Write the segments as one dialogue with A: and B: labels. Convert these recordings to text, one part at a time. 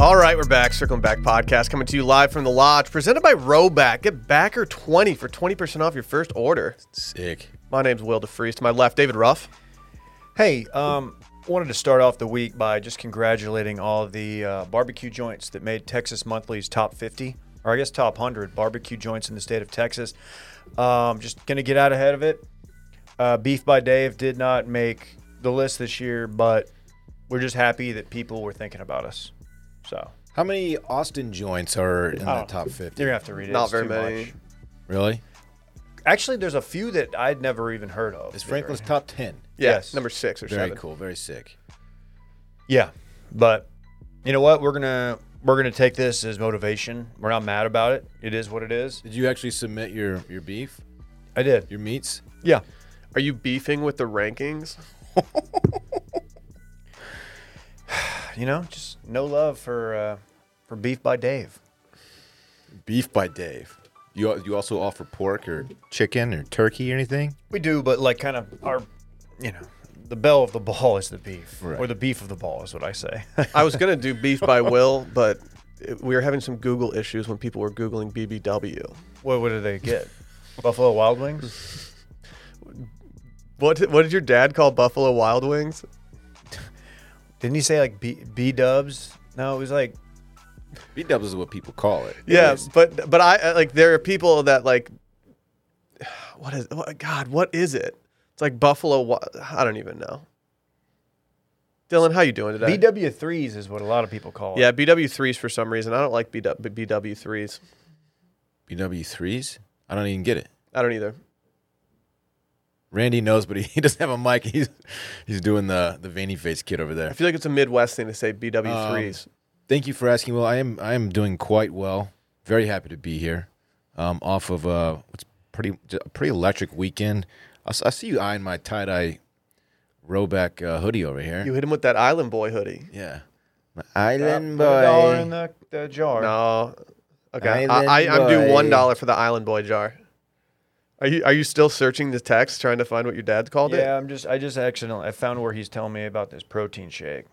A: All right, we're back. Circling Back podcast coming to you live from the lodge, presented by Roback. Get Backer 20 for 20% off your first order.
B: Sick.
A: My name's Will DeFreeze. To my left, David Ruff.
C: Hey, um, wanted to start off the week by just congratulating all the uh, barbecue joints that made Texas Monthly's top 50, or I guess top 100 barbecue joints in the state of Texas. Um, just going to get out ahead of it. Uh, Beef by Dave did not make the list this year, but we're just happy that people were thinking about us. So
B: How many Austin joints are in the top 50?
C: you're going to have to read it.
A: Not
C: It's
A: very
C: too
A: many.
C: much.
B: Really?
C: Actually, there's a few that I'd never even heard of.
B: Is Franklin's top 10?
A: Yeah,
C: Yes.
A: Number six or
B: Very
A: seven.
B: cool. Very sick.
C: Yeah, but you know what? We're gonna we're gonna take this as motivation. We're not mad about it. It is what it is.
B: Did you actually submit your, your beef,
C: I did.
B: your meats?
C: Yeah.
A: Are you beefing with the rankings?
C: You know, just no love for uh, for beef by Dave.
B: Beef by Dave. You, al- you also offer pork or chicken or turkey or anything?
C: We do, but like kind of our, you know, the bell of the ball is the beef, or
B: Right.
C: the beef of the ball is what I say.
A: I was going to do beef by Will, but it- we were having some Google issues when people were Googling BBW.
C: what what do they get? Buffalo Wild Wings.
A: What did, what did your dad call Buffalo Wild Wings?
C: Didn't he say like B B Dubs? No, it was like
B: B dubs is what people call it.
A: Yeah,
B: It's-
A: but but I uh, like there are people that like what is what, God? What is it? It's like Buffalo. Wi- I don't even know. Dylan, how you doing today?
C: BW threes is what a lot of people call it.
A: yeah, BW threes for some reason. I don't like BW BW threes.
B: BW3s? I don't even get it.
A: I don't either.
B: Randy knows, but he, he doesn't have a mic. He's he's doing the the veiny face kid over
A: I
B: there.
A: feel like it's a Midwest thing to say BW threes.
B: Thank you for asking. Well, I am I am doing quite well. Very happy to be here. Um, off of uh, it's pretty a pretty electric weekend. I, s- I see you eyeing my tie dye rowback uh, hoodie over here.
A: you hit him with that Island Boy hoodie.
B: yeah, my island
C: Put a dollar in
B: boy.
C: the, the jar.
A: No, okay. I,
B: Island
A: I, I'm due
B: Boy.
A: one dollar for the Island Boy jar. Are you are you still searching the text trying to find what your dad called it?
C: Yeah, I'm just I just accidentally I found where he's telling me about this protein shake.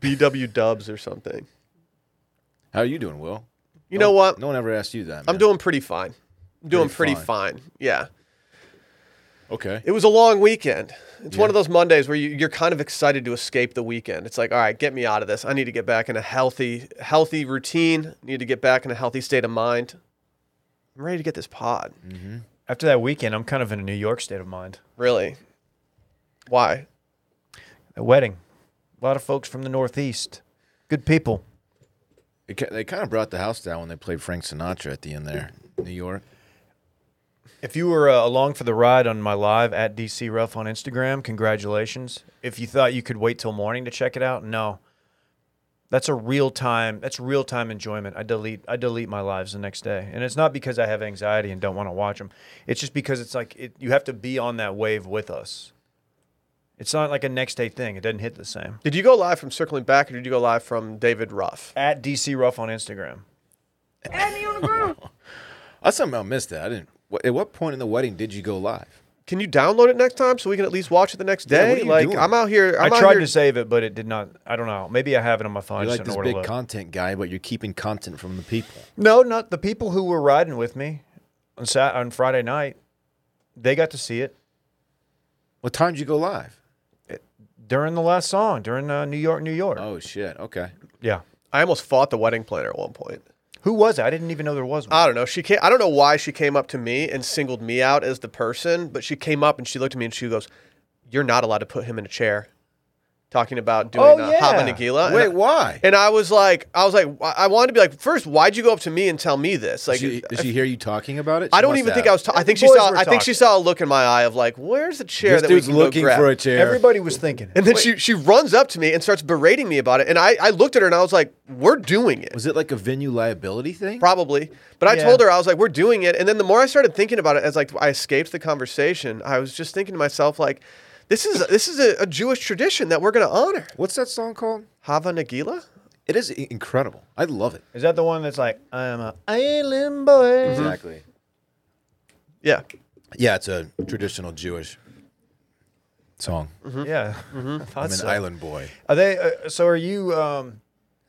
A: BW Dubs or something.
B: How are you doing, Will?
A: You
B: No-
A: know what?
B: No one ever asked you that.
A: I'm
B: man.
A: doing pretty fine. I'm doing pretty,
B: Pretty
A: fine. Yeah.
B: okay.
A: It was a long weekend. It's one of those Mondays where you, you're kind of excited to escape the weekend. It's like, all right, get me out of this. I need to get back in a healthy, healthy routine. Need to get back in a healthy state of mind. I'm ready to get this pod.
B: Mm.
C: After that weekend, I'm kind of in a New York state of mind.
A: Really. Why?
C: A wedding. A lot of folks from the Northeast. Good people.
B: It, ki- they kind of brought the house down when they played Frank Sinatra at the end there, New York.
C: If you were uh, along for the ride on my live at DC Ruff on Instagram, congratulations. If you thought you could wait till morning to check it out, no. That's a real time. That's real time enjoyment. I delete. I delete my lives the next day, and it's not because I have anxiety and don't want to watch them. It's just because it's like it, you have to be on that wave with us. It's not like a next day thing. It doesn't hit the same.
A: Did you go live from Circling Back or did you go live from David Ruff?
C: At DC Ruff on Instagram.
B: I somehow missed that. I didn't. What, at what point in the wedding did you go live?
A: Can you download it next time so we can at least watch it the next
B: Yeah,
A: day?
B: what are you
A: like
B: doing?
A: I'm out here.
C: i
A: I'm out
C: tried
A: here-
C: to save it, but it did not. I don't know. Maybe I have it on my phone.
B: You're
C: I
B: like
C: just
B: this
C: don't know where
B: big
C: to look.
B: content guy, but you're keeping content from the people.
C: no, not the people who were riding with me on Sat on Friday night. They got to see it
B: What time did you go live?
C: during the last song, during uh, New York, New York.
B: Oh shit. Okay.
C: Yeah.
A: I almost fought the wedding planner at one point.
C: Who was it? I didn't even know there was one.
A: I don't know. She came, I don't know why she came up to me and singled me out as the person, but she came up and she looked at me and she goes, "You're not allowed to put him in a chair." Talking about doing
C: Oh,
A: uh,
C: yeah.
A: Haba Nagila.
B: Wait,
A: and, I-
B: why?
A: and I was like, I was like, wh- I wanted to be like, first, why'd you go up to me and tell me this? Like,
B: Did she, did she hear you talking about it?
A: I
B: She
A: don't
B: must
A: even
B: have.
A: think I was. Ta- I think she
C: boys
A: saw.
C: were
A: I think she
C: talking.
A: saw a look in my eye of like, where's the chair
B: This
A: that we
B: dude's
A: can go
B: looking
A: grab?
B: for a chair.
C: Everybody was thinking it.
A: And then she she runs up to me and starts berating me about it. And I I looked at her and I was like, we're doing it.
B: was it like a venue liability thing?
A: Probably. But I
C: Yeah.
A: told her, I was like, we're doing it. And then the more I started thinking about it as like I escaped the conversation, I was just thinking to myself, like, this is this is a, a Jewish tradition that we're gonna honor.
B: What's that song called?
A: Hava Nagila?
B: It is i- incredible. I love it.
C: Is that the one that's like I'm a island boy?
B: Exactly.
A: Yeah.
B: Yeah, it's a traditional Jewish song.
C: Yeah, Mm-hmm. I thought
B: I'm an
C: so.
B: island boy.
C: Are they? Uh, so are you? Um,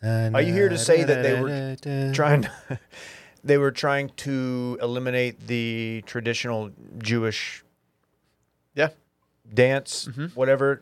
B: Are
C: you here to say that they were trying. they were trying to eliminate the traditional Jewish
A: Yeah.
C: dance,
B: Mm-hmm.
C: whatever.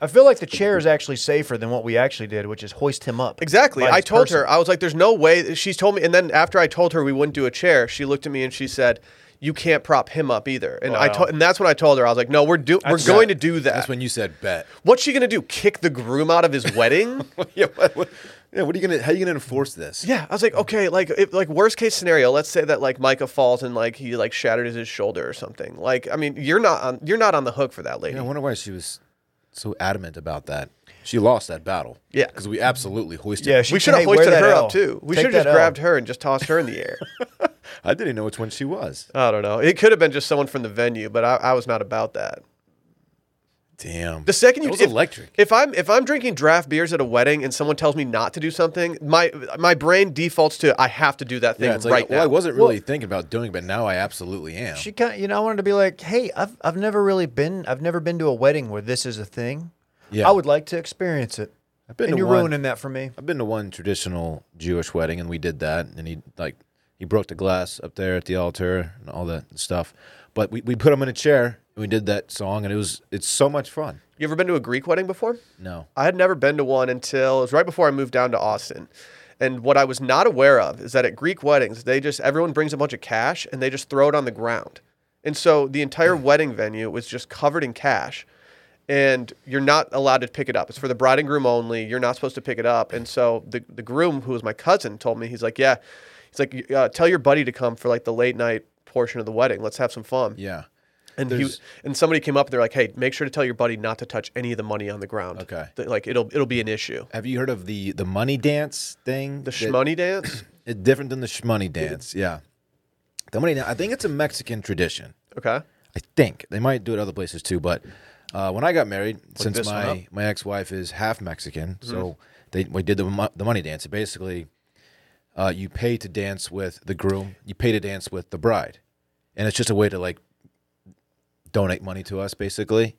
C: I feel like the chair is actually safer than what we actually did, which is hoist him up.
A: Exactly.
C: by
A: I
C: his
A: told
C: person.
A: her, I was like, there's no way. She's told me. And then after I told her we wouldn't do a chair, she looked at me and she said, you can't prop him up either. And I
C: Wow.
A: told, and that's when I told her, I was like, no, we're do, we're
C: That's-
A: going to do that.
B: That's when you said bet.
A: What's she going to do? Kick the groom out of his wedding?
B: yeah, what, what- yeah, what are you gonna? How are you gonna enforce this?
A: yeah. I was like, okay, like, if, like worst case scenario, let's say that like Micah falls and like he like shattered his shoulder or something. Like, I mean, you're not on, you're not on the hook for that lady.
B: I wonder why she was so adamant about that. She lost that battle.
A: Yeah.
B: because we absolutely hoisted.
C: Yeah,
B: her.
C: she-
A: we should have
C: Hey, wear
A: hoisted
C: that
A: her
C: L.
A: up too. We
C: Take
A: should have just
C: that L.
A: grabbed her and just tossed her in the air.
B: I didn't know which one she was.
A: I don't know. It could have been just someone from the venue, but I, I was not about that.
B: Damn.
A: The second you
B: That was
A: if-
B: electric.
A: If I'm if I'm drinking draft beers at a wedding and someone tells me not to do something, my my brain defaults to I have to do that thing
B: Yeah, it's like,
A: right
B: well, I
A: now.
B: wasn't really thinking about doing, it, but now I absolutely am.
C: She kind, you know, I wanted to be like, hey, I've I've never really been, I've never been to a wedding where this is a thing.
B: Yeah.
C: I would like to experience it.
B: I've been
C: and
B: to
C: you're
B: one-
C: ruining that for me.
B: I've been to one traditional Jewish wedding, and we did that, and he like he broke the glass up there at the altar and all that stuff. But we, we put him in a chair and we did that song, and it was it's so much fun.
A: You ever been to a Greek wedding before?
B: No,
A: I had never been to one until it was right before I moved down to Austin. And what I was not aware of is that at Greek weddings, they just everyone brings a bunch of cash and they just throw it on the ground. And so the entire wedding venue was just covered in cash. And you're not allowed to pick it up. It's for the bride and groom only. You're not supposed to pick it up. And so the, the groom, who was my cousin, told me, he's like, Yeah, he's like, uh, tell your buddy to come for like the late night portion of the wedding. Let's have some fun.
B: yeah,
A: And he
B: There's-
A: was, and somebody came up and they're like, "Hey, make sure to tell your buddy not to touch any of the money on the ground.
B: Okay.
A: That, like it'll it'll be an issue.
B: Have you heard of the the money dance
A: The
B: thing? That-
A: shmoney dance.
B: it- different than the shmoney dance. Yeah, the money. dan- I think it's a Mexican tradition.
A: Okay.
B: I think they might do it other places too. But uh, when I got married, since
C: this one
B: my my ex wife is half Mexican, so they we did the mo- the money dance. It basically, uh, you pay to dance with the groom, you pay to dance with the bride, and it's just a way to like donate money to us, basically.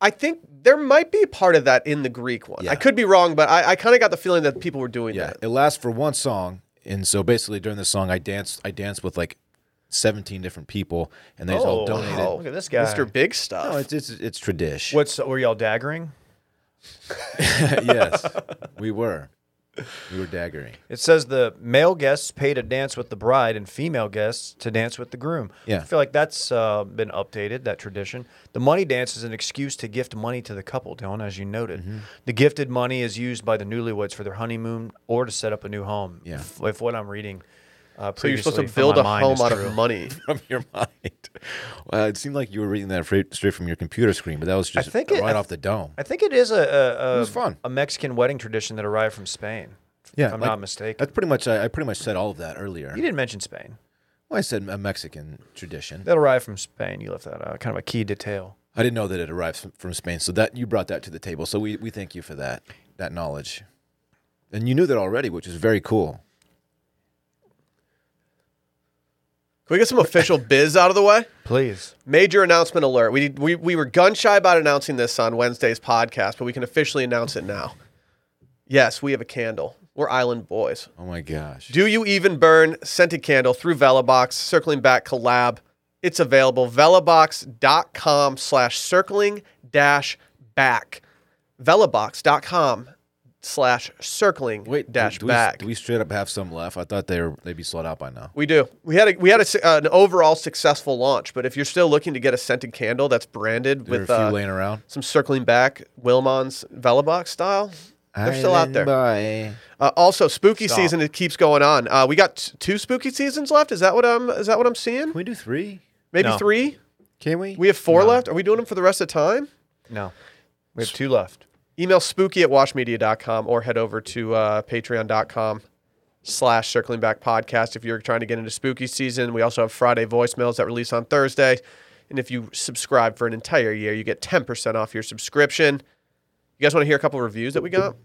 A: I think there might be part of that in the Greek one. I
B: Yeah.
A: could be wrong, but I, I kind of got the feeling that people were doing
B: Yeah,
A: that.
B: it lasts for one song, and so basically during the song, I danced. I danced with like seventeen different people, and they just all donated.
A: wow.
C: Look at this guy.
A: Mr. Big Stuff.
B: No, it's it's it's tradition.
C: What's were y'all daggering?
B: yes, we were, we were daggering.
C: It says the male guests pay to dance with the bride and female guests to dance with the groom.
B: Yeah.
C: I feel like that's uh, been updated, that tradition. The money dance is an excuse to gift money to the couple, Dylan, as you noted.
B: Mm-hmm.
C: The gifted money is used by the newlyweds for their honeymoon or to set up a new home.
B: Yeah.
C: If, if what I'm reading uh,
A: so you're supposed
C: previously
A: to
C: from
A: build a
C: my mind is
A: home out
C: true.
A: of money.
B: from your mind. Well, it seemed like you were reading that fra- straight from your computer screen, but that was just
C: think
B: right
C: it- I
B: off the dome.
C: I think it is a a, a,
B: was fun.
C: a Mexican wedding tradition that arrived from Spain.
B: yeah,
C: if I'm
B: like,
C: not mistaken.
B: That's pretty much. I, I pretty much said all of that earlier.
C: You didn't mention Spain.
B: Well, I said a Mexican tradition.
C: That arrived from Spain. You left that out. Kind of a key detail.
B: I didn't know that it arrived from- from Spain, so that you brought that to the table. So we, we thank you for that that knowledge, and you knew that already, which is very cool.
A: Can we get some official biz out of the way?
C: Please.
A: Major announcement alert. We, we, we were gun shy about announcing this on Wednesday's podcast, but we can officially announce it now. Yes, we have a candle. We're Island Boys.
B: Oh my gosh!
A: Do You Even Burn Scented Candle through Velabox, Circling Back collab. It's available. Velabox.com slash circling dash back. Velabox.com slash circling
B: Wait, do-
A: dash
B: do we-
A: back.
B: do we straight up have some left? I thought they were, they'd be sold out by now.
A: We do. We had a, we had a, su- uh, an overall successful launch, but if you're still looking to get a scented candle that's branded
B: There are a
A: with
B: few
A: uh,
B: laying around.
A: some circling back Wilmon's Velabox style, they're still out there.
B: Bye.
A: Uh, also, spooky
C: Stop.
A: season it keeps going on. Uh, we got t- two spooky seasons left. Is that what I'm? Is that what I'm seeing?
B: Can we do three?
A: Maybe
C: No.
A: three.
B: Can we?
A: We have four left. Are we doing them for the rest of time?
C: No. We have two left.
A: Email spooky at washmedia.com or head over to uh, patreon.com slash circling back podcast if you're trying to get into spooky season. We also have Friday voicemails that release on Thursday. And if you subscribe for an entire year, you get 10% off your subscription. You guys want to hear a couple reviews that we got?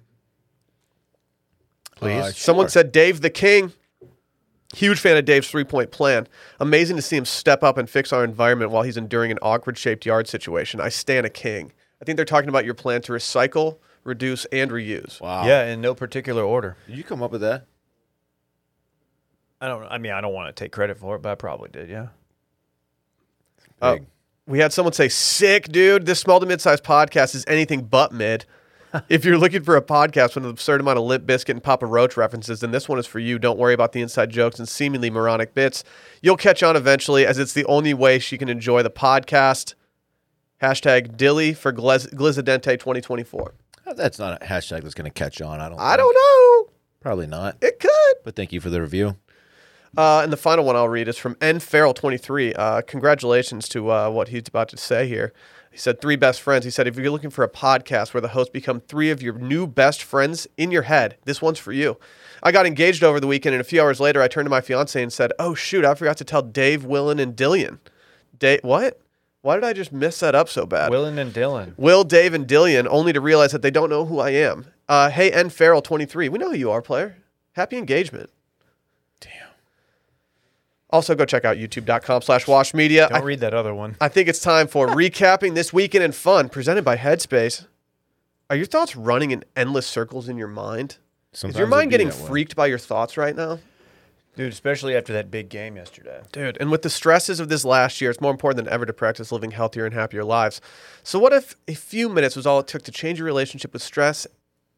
B: please.
A: Someone said Dave the King. Huge fan of Dave's three point plan. Amazing to see him step up and fix our environment while he's enduring an awkward shaped yard situation. I stand a king. I think they're talking about your plan to recycle, reduce, and reuse.
B: Wow.
C: Yeah, in no particular order.
B: Did you come up with that?
C: I don't. I mean, I don't want to take credit for it, but I probably did. Yeah.
A: Uh,
B: Big.
A: we had someone say, "Sick, dude! This small to mid-sized podcast is anything but mid." if you're looking for a podcast with an absurd amount of Limp Biscuit and Papa Roach references, then this one is for you. Don't worry about the inside jokes and seemingly moronic bits. You'll catch on eventually, as it's the only way she can enjoy the podcast. Hashtag Dilly for Gliz- Glizidente 2024.
B: Oh, That's not a hashtag that's going to catch on. I don't.
A: I
B: think.
A: don't know.
B: Probably not.
A: It could.
B: But thank you for the review.
A: Uh, and the final one I'll read is from N Farrell 23. Uh, congratulations to uh, what he's about to say here. He said, Three best friends. He said, If you're looking for a podcast where the hosts become three of your new best friends in your head, this one's for you. I got engaged over the weekend, and a few hours later, I turned to my fiance and said, Oh, shoot, I forgot to tell Dave, Willen, and Dillion. Dave, what? Why did I just mess that up so bad?
C: Willen and Dylan.
A: Will, Dave, and Dillion, only to realize that they don't know who I am. Uh, hey, N Farrell 23. We know who you are, player. Happy engagement.
B: Damn.
A: Also, go check out youtube.com slash wash media.
C: Don't
A: I,
C: read that other one.
A: I think it's time for recapping this weekend in fun presented by Headspace. Are your thoughts running in endless circles in your mind?
B: Sometimes
A: Is your
B: it
A: mind
B: be
A: getting
B: that way.
A: freaked by your thoughts right now?
C: Dude, especially after that big game yesterday.
A: Dude, and with the stresses of this last year, it's more important than ever to practice living healthier and happier lives. So, what if a few minutes was all it took to change your relationship with stress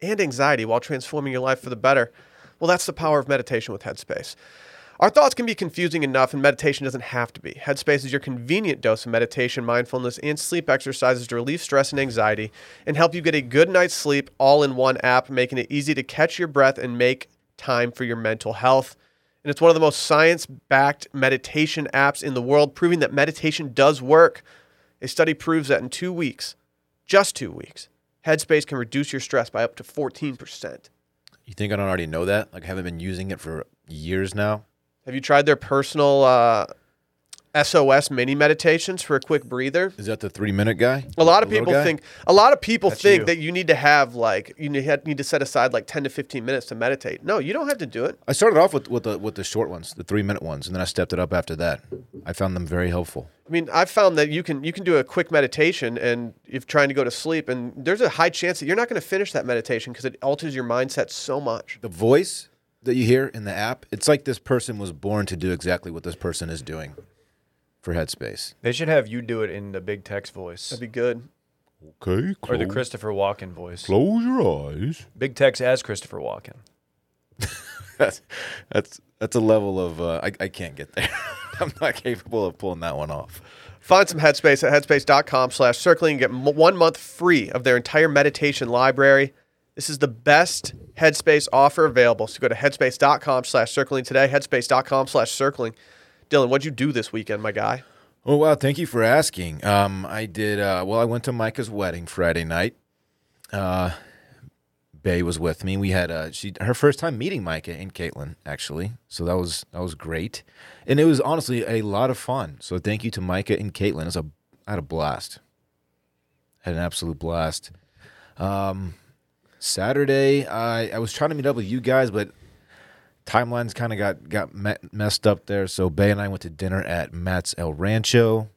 A: and anxiety while transforming your life for the better? Well, that's the power of meditation with Headspace. Our thoughts can be confusing enough, and meditation doesn't have to be. Headspace is your convenient dose of meditation, mindfulness, and sleep exercises to relieve stress and anxiety and help you get a good night's sleep all in one app, making it easy to catch your breath and make time for your mental health. And it's one of the most science backed meditation apps in the world, proving that meditation does work. A study proves that in two weeks, just two weeks, Headspace can reduce your stress by up to 14%.
B: You think I don't already know that? Like, I haven't been using it for years now.
A: Have you tried their personal uh, SOS mini meditations for a quick breather?
B: Is that the three minute guy?
A: A lot of
B: The little
A: people
B: guy?
A: think a lot of people
C: That's
A: think
C: you.
A: that you need to have like you need need to set aside like 10 to 15 minutes to meditate. No, you don't have to do it.
B: I started off with, with the with the short ones, the three minute ones, and then I stepped it up after that. I found them very helpful.
A: I mean, I've found that you can you can do a quick meditation and if trying to go to sleep, and there's a high chance that you're not going to finish that meditation because it alters your mindset so much.
B: The voice that you hear in the app, it's like this person was born to do exactly what this person is doing for Headspace.
C: They should have you do it in the big text voice
A: That'd be good.
B: Okay,
C: or the Christopher Walken voice.
B: close your eyes.
C: Big text as Christopher Walken.
B: That's that's that's a level of uh, I, I can't get there. I'm not capable of pulling that one off.
A: Find some Headspace at headspace.com slash circling and get m- one month free of their entire meditation library. This is the best Headspace offer available. So go to headspace.com slash circling today, headspace.com slash circling. Dylan, what'd you do this weekend, my guy?
B: Oh wow! Thank you for asking. Um, I did. Uh, well, I went to Micah's wedding Friday night. Uh, Bay was with me. We had uh, she her first time meeting Micah and Caitlin actually, so that was that was great, and it was honestly a lot of fun. So thank you to Micah and Caitlin. It's a I had a blast. Had an absolute blast. Um, Saturday, I I was trying to meet up with you guys, but timelines kind of got got me- messed up there. So Bay and I went to dinner at Matt's El Rancho.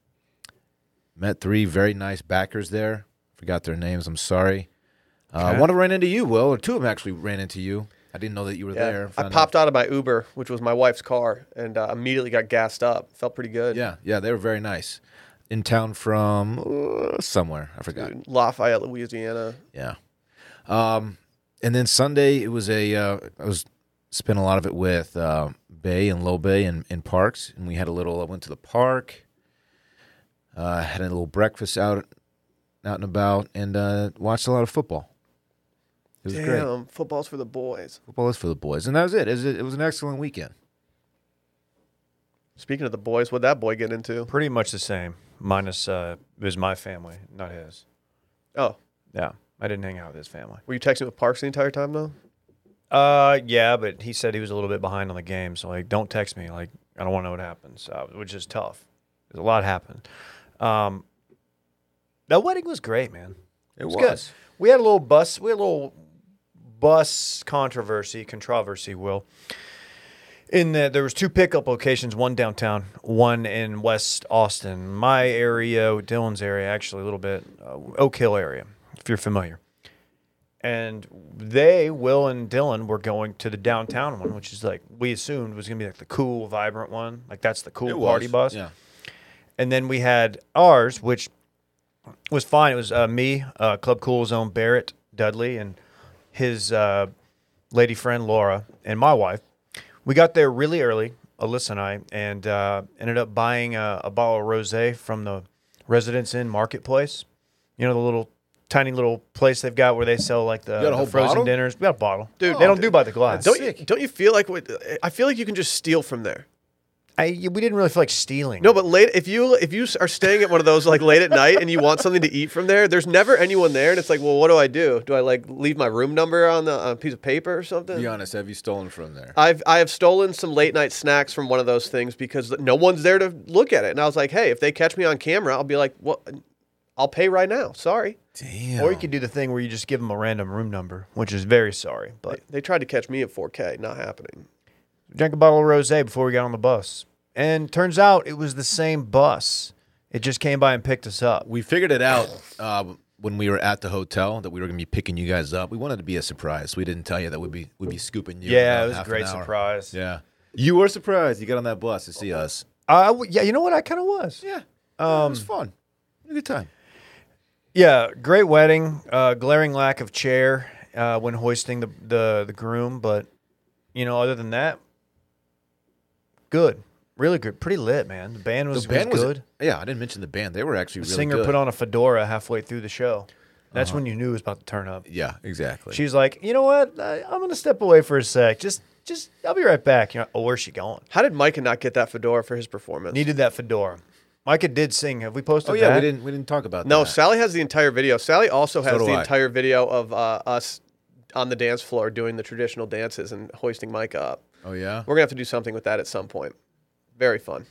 B: Met three very nice backers there. Forgot their names. I'm sorry. Uh,
C: Okay.
B: one of them ran into you, Will, or two of them actually ran into you. I didn't know that you were there.
A: I
B: Found out-
A: popped out of my Uber, which was my wife's car, and uh, immediately got gassed up. Felt pretty good.
B: Yeah, yeah, they were very nice. In town from uh, somewhere, I forgot.
A: Dude, Lafayette, Louisiana.
B: Yeah. Um, and then Sunday it was a uh, I was spent a lot of it with uh, Bay and Low Bay and, and Parks, and we had a little. I went to the park, uh, had a little breakfast out, out and about, and uh, watched a lot of football. It was great.
A: Damn, football's for the boys.
B: Football is for the boys, and that was it. It was, it was an excellent weekend.
A: Speaking of the boys, what'd that boy get into?
C: Pretty much the same, minus uh, it was my family, not his.
A: Oh,
C: Yeah, I didn't hang out with his family.
A: were you texting with Parks the entire time, though?
C: Uh, yeah, but he said he was a little bit behind on the game, so like, don't text me. Like, I don't want to know what happens, uh, which is tough. There's a lot happened. Um, that wedding was great, man.
B: It
C: good. We had a little bus. We had a little bus controversy, controversy. Will in the, there was two pickup locations, one downtown, one in West Austin, my area, Dylan's area, actually a little bit, uh, Oak Hill area, if you're familiar. And they, Will and Dylan, were going to the downtown one, which is like we assumed was gonna be like the cool, vibrant one, like that's the cool party bus.
B: Yeah.
C: And then we had ours, which was fine. It was uh, me, uh, Club Cool's own Barrett Dudley, and his uh, lady friend Laura, and my wife. We got there really early, Alyssa and I, and uh, ended up buying a, a bottle of rosé from the Residence Inn Marketplace. You know the little tiny little place they've got where they sell like the,
B: got a
C: the
B: whole
C: frozen
B: bottle?
C: dinners. We got a bottle,
A: Dude,
C: They don't do by the glass.
A: Don't you, don't you feel like what, I feel like you can just steal from there?
C: I, we didn't really feel like stealing.
A: No, but late if you if you are staying at one of those like late at night and you want something to eat from there, there's never anyone there, and it's like, well, what do I do? Do I like leave my room number on the on a piece of paper or something?
B: Be honest, have you stolen from there?
A: I've I have stolen some late night snacks from one of those things because no one's there to look at it, and I was like, hey, if they catch me on camera, I'll be like, well, I'll pay right now. Sorry,
B: Damn.
C: Or you could do the thing where you just give them a random room number, which is very sorry. But
A: they tried to catch me at 4K, not happening.
C: drank a bottle of rosé before we got on the bus, and turns out it was the same bus. It just came by and picked us up.
B: we figured it out uh, when we were at the hotel that we were going to be picking you guys up. We wanted to be a surprise. We didn't tell you that we'd be we'd be scooping you. in
C: Yeah,
B: about
C: it was a
B: half an
C: great
B: hour.
C: surprise.
B: Yeah, you were surprised. You got on that bus to see us.
C: I w- yeah, you know what? I kind of was.
B: Yeah, it
C: Um,
B: was fun. Had A good time.
C: Yeah, great wedding. Uh, glaring lack of chair uh, when hoisting the, the the groom, but you know, other than that, good, really good, pretty lit, man. The band was,
B: The band
C: was
B: was
C: good.
B: Yeah, I didn't mention the band. They were actually
C: the
B: really
C: singer
B: good. Uh-huh.
C: put on a fedora halfway through the show. That's when you knew it was about to turn up.
B: Yeah, exactly.
C: She's like, you know what? I, I'm gonna step away for a sec. Just, just, I'll be right back. You know, oh, where's she going?
A: How did Micah not get that fedora for his performance?
C: Needed that fedora. Micah did sing. Have we posted?
B: oh yeah,
C: that?
B: we didn't we didn't talk about
A: No,
B: that.
A: Sally has the entire video. Sally also has
B: do
A: the
B: I.
A: entire video of uh, us on the dance floor doing the traditional dances and hoisting Micah up.
B: oh yeah.
A: We're gonna have to do something with that at some point. Very fun.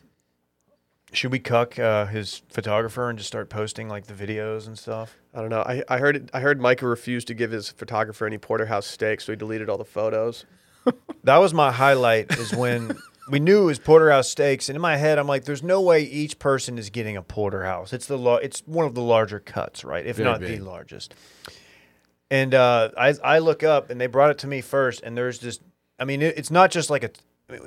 C: Should we cuck uh, his photographer and just start posting like the videos and stuff?
A: I don't know. I, I heard it, I heard Micah refused to give his photographer any porterhouse steak, so he deleted all the photos.
C: That was my highlight. Is when we knew it was porterhouse steaks, and in my head, I'm like, there's no way each person is getting a porterhouse. It's the lar- it's one of the larger cuts, right? If
B: Very
C: not
B: big.
C: the largest. And uh, I I look up, and they brought it to me first, and there's just, I mean, it, it's not just like a,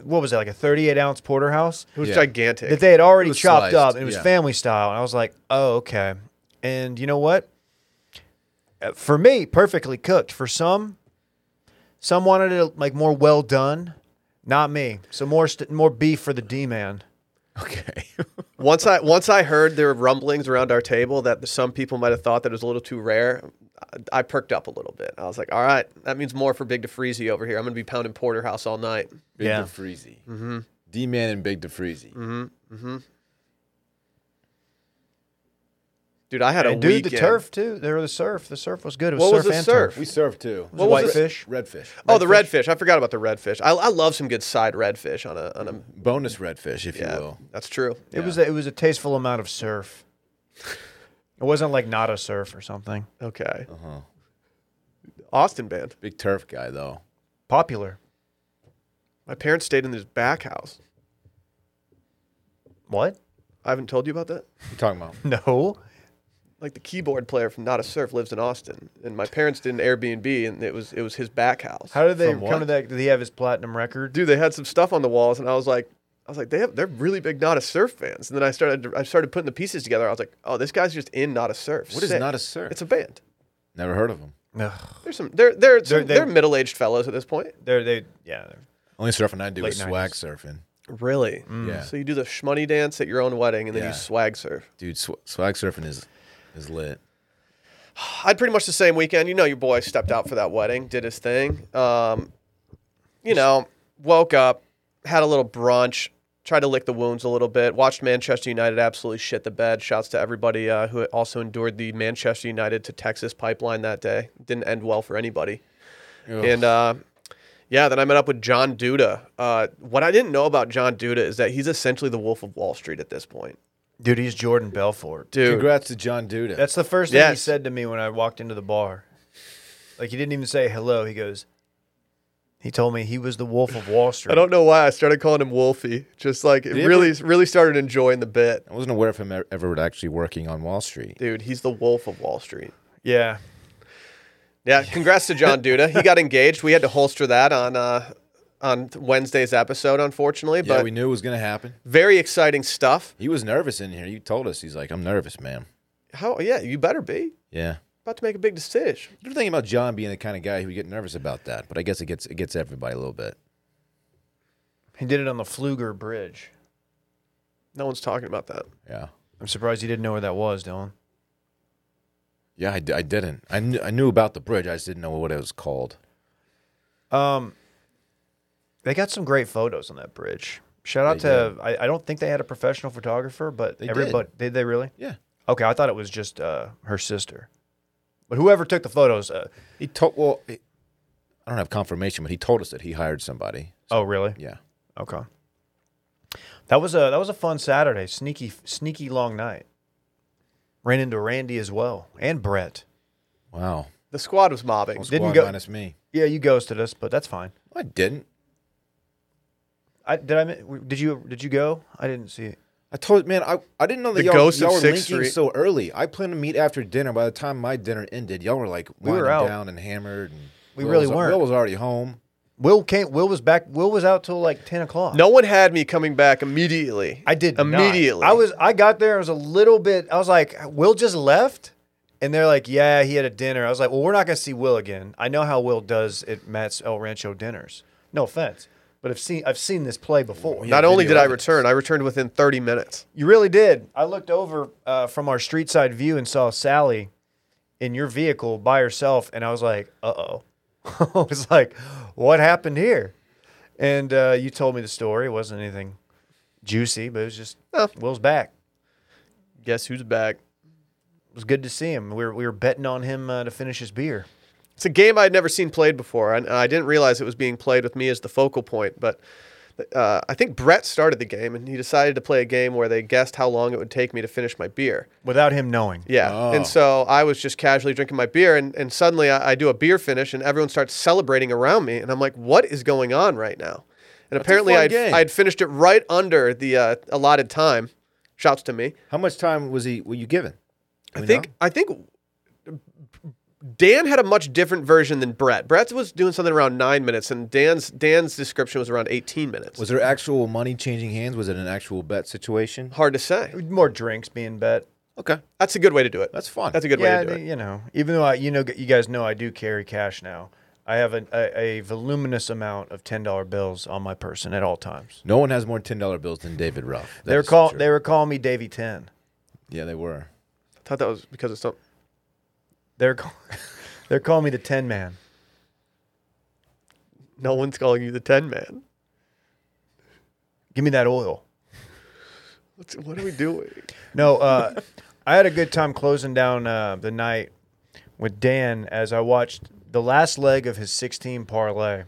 C: what was it like a 38 ounce porterhouse?
A: It was
B: Yeah.
A: gigantic.
C: that they had already
B: It was
C: chopped up
B: sliced,
C: and it was
B: yeah.
C: family style and i was like oh okay and you know what Uh, for me perfectly cooked for some some wanted it like more well done not me so more st- more beef for the d-man
B: Okay.
A: once I once I heard there were rumblings around our table that some people might have thought that it was a little too rare. I, I perked up a little bit. I was like, "All right, that means more for Big DeFreezy over here. I'm gonna be pounding porterhouse all night."
B: Big
C: Yeah. Mm-hmm.
B: DeFreezy. Mm-hmm. D Man and Big DeFreezy.
A: Dude, I had a
C: and dude
A: weekend.
C: the turf too there was the surf the surf was good it
A: What
C: was
A: was
C: surf
A: the
C: and
A: surf?
C: turf.
B: We served too.
C: What was the-
B: Redfish? Redfish.
A: Oh, the redfish. I forgot about the redfish. I, I love some good side redfish on a on a.
B: Bonus redfish, if
A: Yeah,
B: you will.
A: that's true.
C: it was a, it was a tasteful amount of surf it wasn't like not a surf or something
A: Okay. Austin band.
B: Big turf guy though.
C: popular
A: My parents stayed in this back house.
C: what
A: I haven't told you about that.
B: You talking about?
C: no
A: Like the keyboard player from Not a Surf lives in Austin, and my parents did an Airbnb, and it was it was his back house.
C: how did they
B: From
C: come to
B: what?
C: that did he have his platinum record
A: dude, they had some stuff on the walls, and I was like, I was like, they have, they're really big Not a Surf fans. And then I started, I started putting the pieces together. I was like, oh, this guy's just in Not a Surf.
B: What is
A: Sick.
B: Not a Surf?
A: It's a band.
B: Never heard of him.
C: Ugh.
A: There's some, they're they're some,
C: they-
A: they're middle-aged fellows at this point.
C: They're they yeah. they're-
B: Only surfing I do
C: Late
B: is swag surfing.
A: Really?
B: Yeah.
A: So you do the shmoney dance at your own wedding, and then
B: Yeah.
A: you swag surf.
B: Dude, sw- swag surfing is is lit.
A: I'd pretty much the same weekend. You know, your boy stepped out for that wedding, did his thing. Um, you know, woke up, had a little brunch, tried to lick the wounds a little bit, watched Manchester United absolutely shit the bed. Shouts to everybody uh, who also endured the Manchester United to Texas pipeline that day. Didn't end well for anybody. And uh, yeah, then I met up with John Duda. Uh, what I didn't know about John Duda is that he's essentially the Wolf of Wall Street at this point.
C: Dude, he's Jordan Belfort.
A: Dude,
B: Congrats to John Duda.
C: That's the first thing he
A: Yes.
C: said to me when I walked into the bar. Like he didn't even say hello. He goes, He told me he was the Wolf of Wall Street.
A: I don't know why I started calling him Wolfie. Just like it
B: he ever-
A: really, really started enjoying the bit,
B: I wasn't aware of him e- ever actually working on Wall Street.
A: dude. He's the Wolf of Wall Street.
C: Yeah,
A: Yeah, congrats to John Duda. He got engaged. We had to holster that on uh, on Wednesday's episode, unfortunately.
B: Yeah,
A: But
B: we knew it was gonna happen.
A: very exciting stuff.
B: He was nervous in here. You told us he's like, I'm nervous, man.
A: How? Yeah, you better be
B: Yeah.
A: about to make a big decision.
B: You don't think about John being the kind of guy who would get nervous about that, but I guess it gets it gets everybody a little bit.
C: he did it on the Pfluger Bridge.
A: No one's talking about that.
B: Yeah.
C: I'm surprised you didn't know where that was, Dylan.
B: Yeah, I, d- I didn't. I knew, I knew about the bridge. I just didn't know what it was called.
C: Um, they got some great photos on that bridge. Shout out
B: They
C: to I, I don't think they had a professional photographer, but
B: They did.
C: everybody did. they really?
B: Yeah.
C: Okay, I thought it was just uh, her sister, but whoever took the photos. Uh,
B: He told well, he- I don't have confirmation, but he told us that he hired somebody.
C: oh, really?
B: Yeah.
C: Okay. That was a that was a fun Saturday. Sneaky sneaky long night. Ran into Randy as well and Brett.
B: Wow.
A: The squad was mobbing.
B: Well,
C: Didn't
B: squad
C: go-
B: minus me.
C: Yeah, you ghosted us, but that's fine.
B: I didn't.
C: I did I mi- did you did you go? I didn't see it.
B: I told man, I, I didn't know that
A: The
B: y'all,
A: ghost of
B: y'all were linking
A: Sixth Street.
B: so early. I planned to meet after dinner. By the time my dinner ended, y'all were like
C: We were
B: winding
C: out.
B: down and hammered. And
C: We
B: Will
C: really
B: was,
C: weren't.
B: Will was already home.
C: Will came. Will was back. Will was out till like ten o'clock.
A: No one had me coming back immediately.
C: I did not.
A: immediately.
C: I was. I got there. I was a little bit. I was like, Will just left, and they're like, Yeah, he had a dinner. I was like, Well, we're not gonna see Will again. I know how Will does at Matt's El Rancho dinners. No offense, but I've seen I've seen this play before.
A: Not only
B: video
A: did I
B: evidence.
A: return, I returned within 30 minutes.
C: You really did. I looked over uh, from our street side view and saw Sally in your vehicle by herself, and I was like, uh oh. I was like, what happened here? And uh, you told me the story. It wasn't anything juicy, but it was just
A: Oh.
C: Will's back.
A: Guess who's back?
C: It was good to see him. We were, we were betting on him uh, to finish his beer.
A: It's a game I'd never seen played before, and I didn't realize it was being played with me as the focal point. But uh, I think Brett started the game, and he decided to play a game where they guessed how long it would take me to finish my beer.
C: Without him knowing.
A: Yeah,
B: Oh.
A: and so I was just casually drinking my beer, and, and suddenly I, I do a beer finish, and everyone starts celebrating around me, and I'm like, "What is going on right now?" And apparently,
B: fun
A: I'd,
B: game.
A: I'd finished it right under the uh, allotted time. Shouts to me.
B: How much time was he? Were you given? Do
A: I
B: we
A: think
B: know?
A: I think Dan had a much different version than Brett. Brett was doing something around nine minutes, and Dan's Dan's description was around eighteen minutes.
B: Was there actual money changing hands? Was it an actual bet situation?
A: hard to say.
C: More drinks being bet.
B: Okay,
A: That's a good way to do it.
B: that's fun.
A: That's a good
C: yeah,
A: way to do
C: they- you know, even though I, you know, you guys know I do carry cash now. I have a, a, a voluminous amount of ten dollar bills on my person at all times.
B: no one has more ten dollar bills than David Ruff. That
C: They were
B: is
C: call
B: true.
C: they were calling me Davy Ten.
B: Yeah, they were.
A: it. I thought that was because of something.
C: They're call- they're calling me the Ten Man.
A: No one's calling you the ten man.
C: Give me that oil.
A: What's, what are we doing?
C: No, uh, I had a good time closing down uh, the night with Dan as I watched the last leg of his 16 parlay,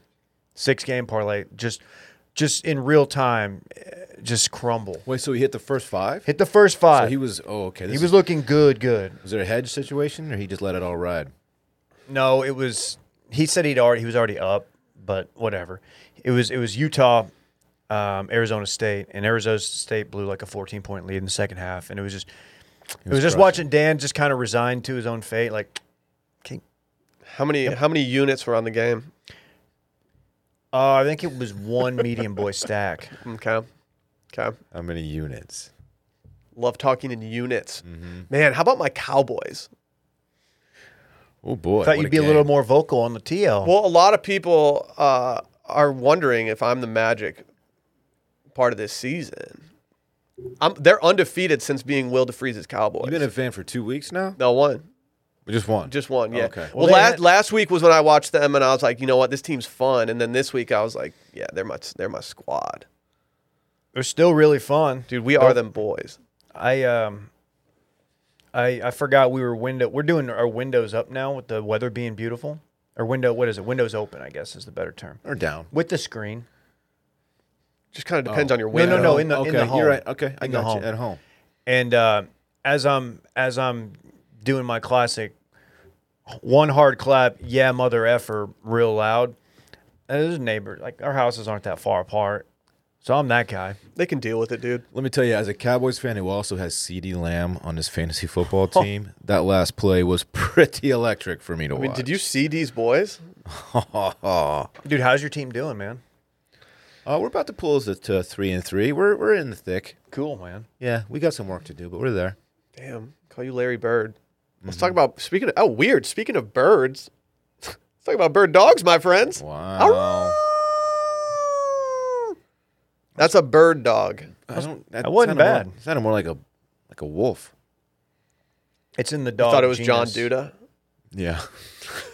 C: six game parlay, just just in real time, eh, just crumble.
B: Wait, so he hit the first five?
C: Hit the first five.
B: So he was. Oh, okay.
C: he
B: This
C: was looking good, good.
B: Is, was there a hedge situation, or he just let it all ride?
C: No, it was. He said he'd already he was already up, but whatever. It was it was Utah, um, Arizona State, and Arizona State blew like a fourteen point lead in the second half, and it was just it was,
B: was
C: just
B: crushing.
C: watching Dan just kind of resigned to his own fate. Like, okay,
A: How many how many units were on the game?
C: uh, I think it was one medium boy stack.
A: Okay, okay.
B: How many units?
A: Love talking in units. Man, how about my Cowboys?
B: Oh boy.
C: I thought
B: what
C: you'd be a little
B: game.
C: more vocal on the TL.
A: Well, a lot of people uh, are wondering if I'm the Magic part of this season. I'm, they're undefeated since being Will DeFreeze's Cowboys.
B: You've been a fan for two weeks now.
A: no one,
B: Just one.
A: just one. Yeah.
B: Okay.
A: Well,
C: Well, they
A: last
C: had-
A: last week was when I watched them, and I was like, you know what, this team's fun. And then this week, I was like, yeah, they're my they're my squad,
C: They're still really fun.
A: dude. We are them boys.
C: I um I I forgot we were window we're doing our windows up now with the weather being beautiful. Or window what is it? Windows open, I guess is the better term.
B: or down.
C: With the screen.
A: Just kind of depends on your
C: Oh. No,
A: window.
C: no, no, in the
B: Oh, okay,
C: in the home.
B: You're right. Okay, I
C: In the
B: got
C: home.
B: you at home.
C: And uh, as I'm as I'm doing my classic one hard clap, yeah mother effer real loud. And there's neighbors. Like our houses aren't that far apart. So I'm that guy.
A: They can deal with it, dude.
B: Let me tell you, as a Cowboys fan who also has CeeDee Lamb Lamb on his fantasy football
C: Oh.
B: team, that last play was pretty electric for me to
A: I mean,
B: watch.
A: did you see these boys?
B: Oh,
C: Dude, how's your team doing, man?
B: Uh, we're about to pull this to three and three. We're we're in the thick.
C: Cool, man.
B: Yeah, we got some work to do, but we're there.
A: Damn, call you Larry Bird. Let's talk
C: Mm-hmm.
A: about speaking of oh weird. Speaking of birds, let's talk about bird dogs, my friends.
B: Wow.
A: That's a bird dog.
B: I don't. That,
C: wasn't
B: sounded
C: bad.
B: More, sounded more like a like a wolf.
C: It's in the
A: I
C: dog.
B: Oh,
A: thought it was John
C: genus.
A: Duda.
B: Yeah,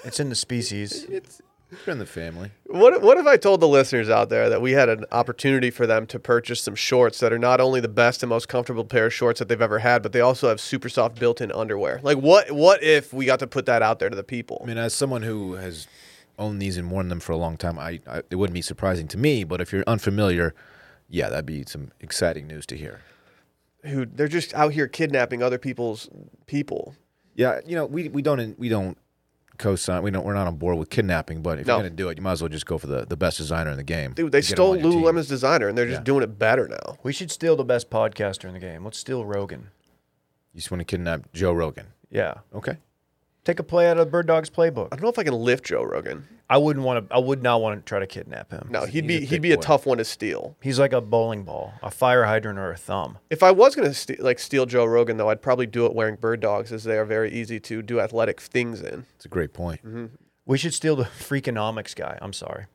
C: It's in the species.
B: it's we're in the family.
A: What what if I told the listeners out there that we had an opportunity for them to purchase some shorts that are not only the best and most comfortable pair of shorts that they've ever had, but they also have super soft built-in underwear? Like what what if we got to put that out there to the
B: I
A: people?
B: mean, as someone who has owned these and worn them for a long time, I, I it wouldn't be surprising to me. But if you're unfamiliar, yeah, that'd be some exciting news to hear.
A: Who they're just out here kidnapping other people's people.
B: Yeah, you know, we, we don't we don't co-sign. We don't. We're not on board with kidnapping. But if
A: No.
B: you're gonna do it, you might as well just go for the, the best designer in the game.
A: Dude, they
B: Get him
A: stole
B: on your team.
A: Lululemon's designer and they're just
B: Yeah.
A: doing it better now.
C: We should steal the best podcaster in the game. Let's steal Rogan.
B: You just want to kidnap Joe Rogan.
C: Yeah.
B: Okay.
C: Take a play out of the Bird Dog's
A: I
C: playbook.
A: don't know if I can lift Joe Rogan.
C: I wouldn't want to. I would not want to try to kidnap him.
A: No, he'd
B: he's a
A: be
B: thick
A: he'd be a
B: boy.
A: tough one to steal.
C: He's like a bowling ball, a fire hydrant, or a thumb.
A: If I was gonna ste like steal Joe Rogan though, I'd probably do it wearing bird dogs, as they are very easy to do athletic things in.
B: It's a great point.
A: Mm-hmm.
C: We should steal the Freakonomics guy. I'm sorry.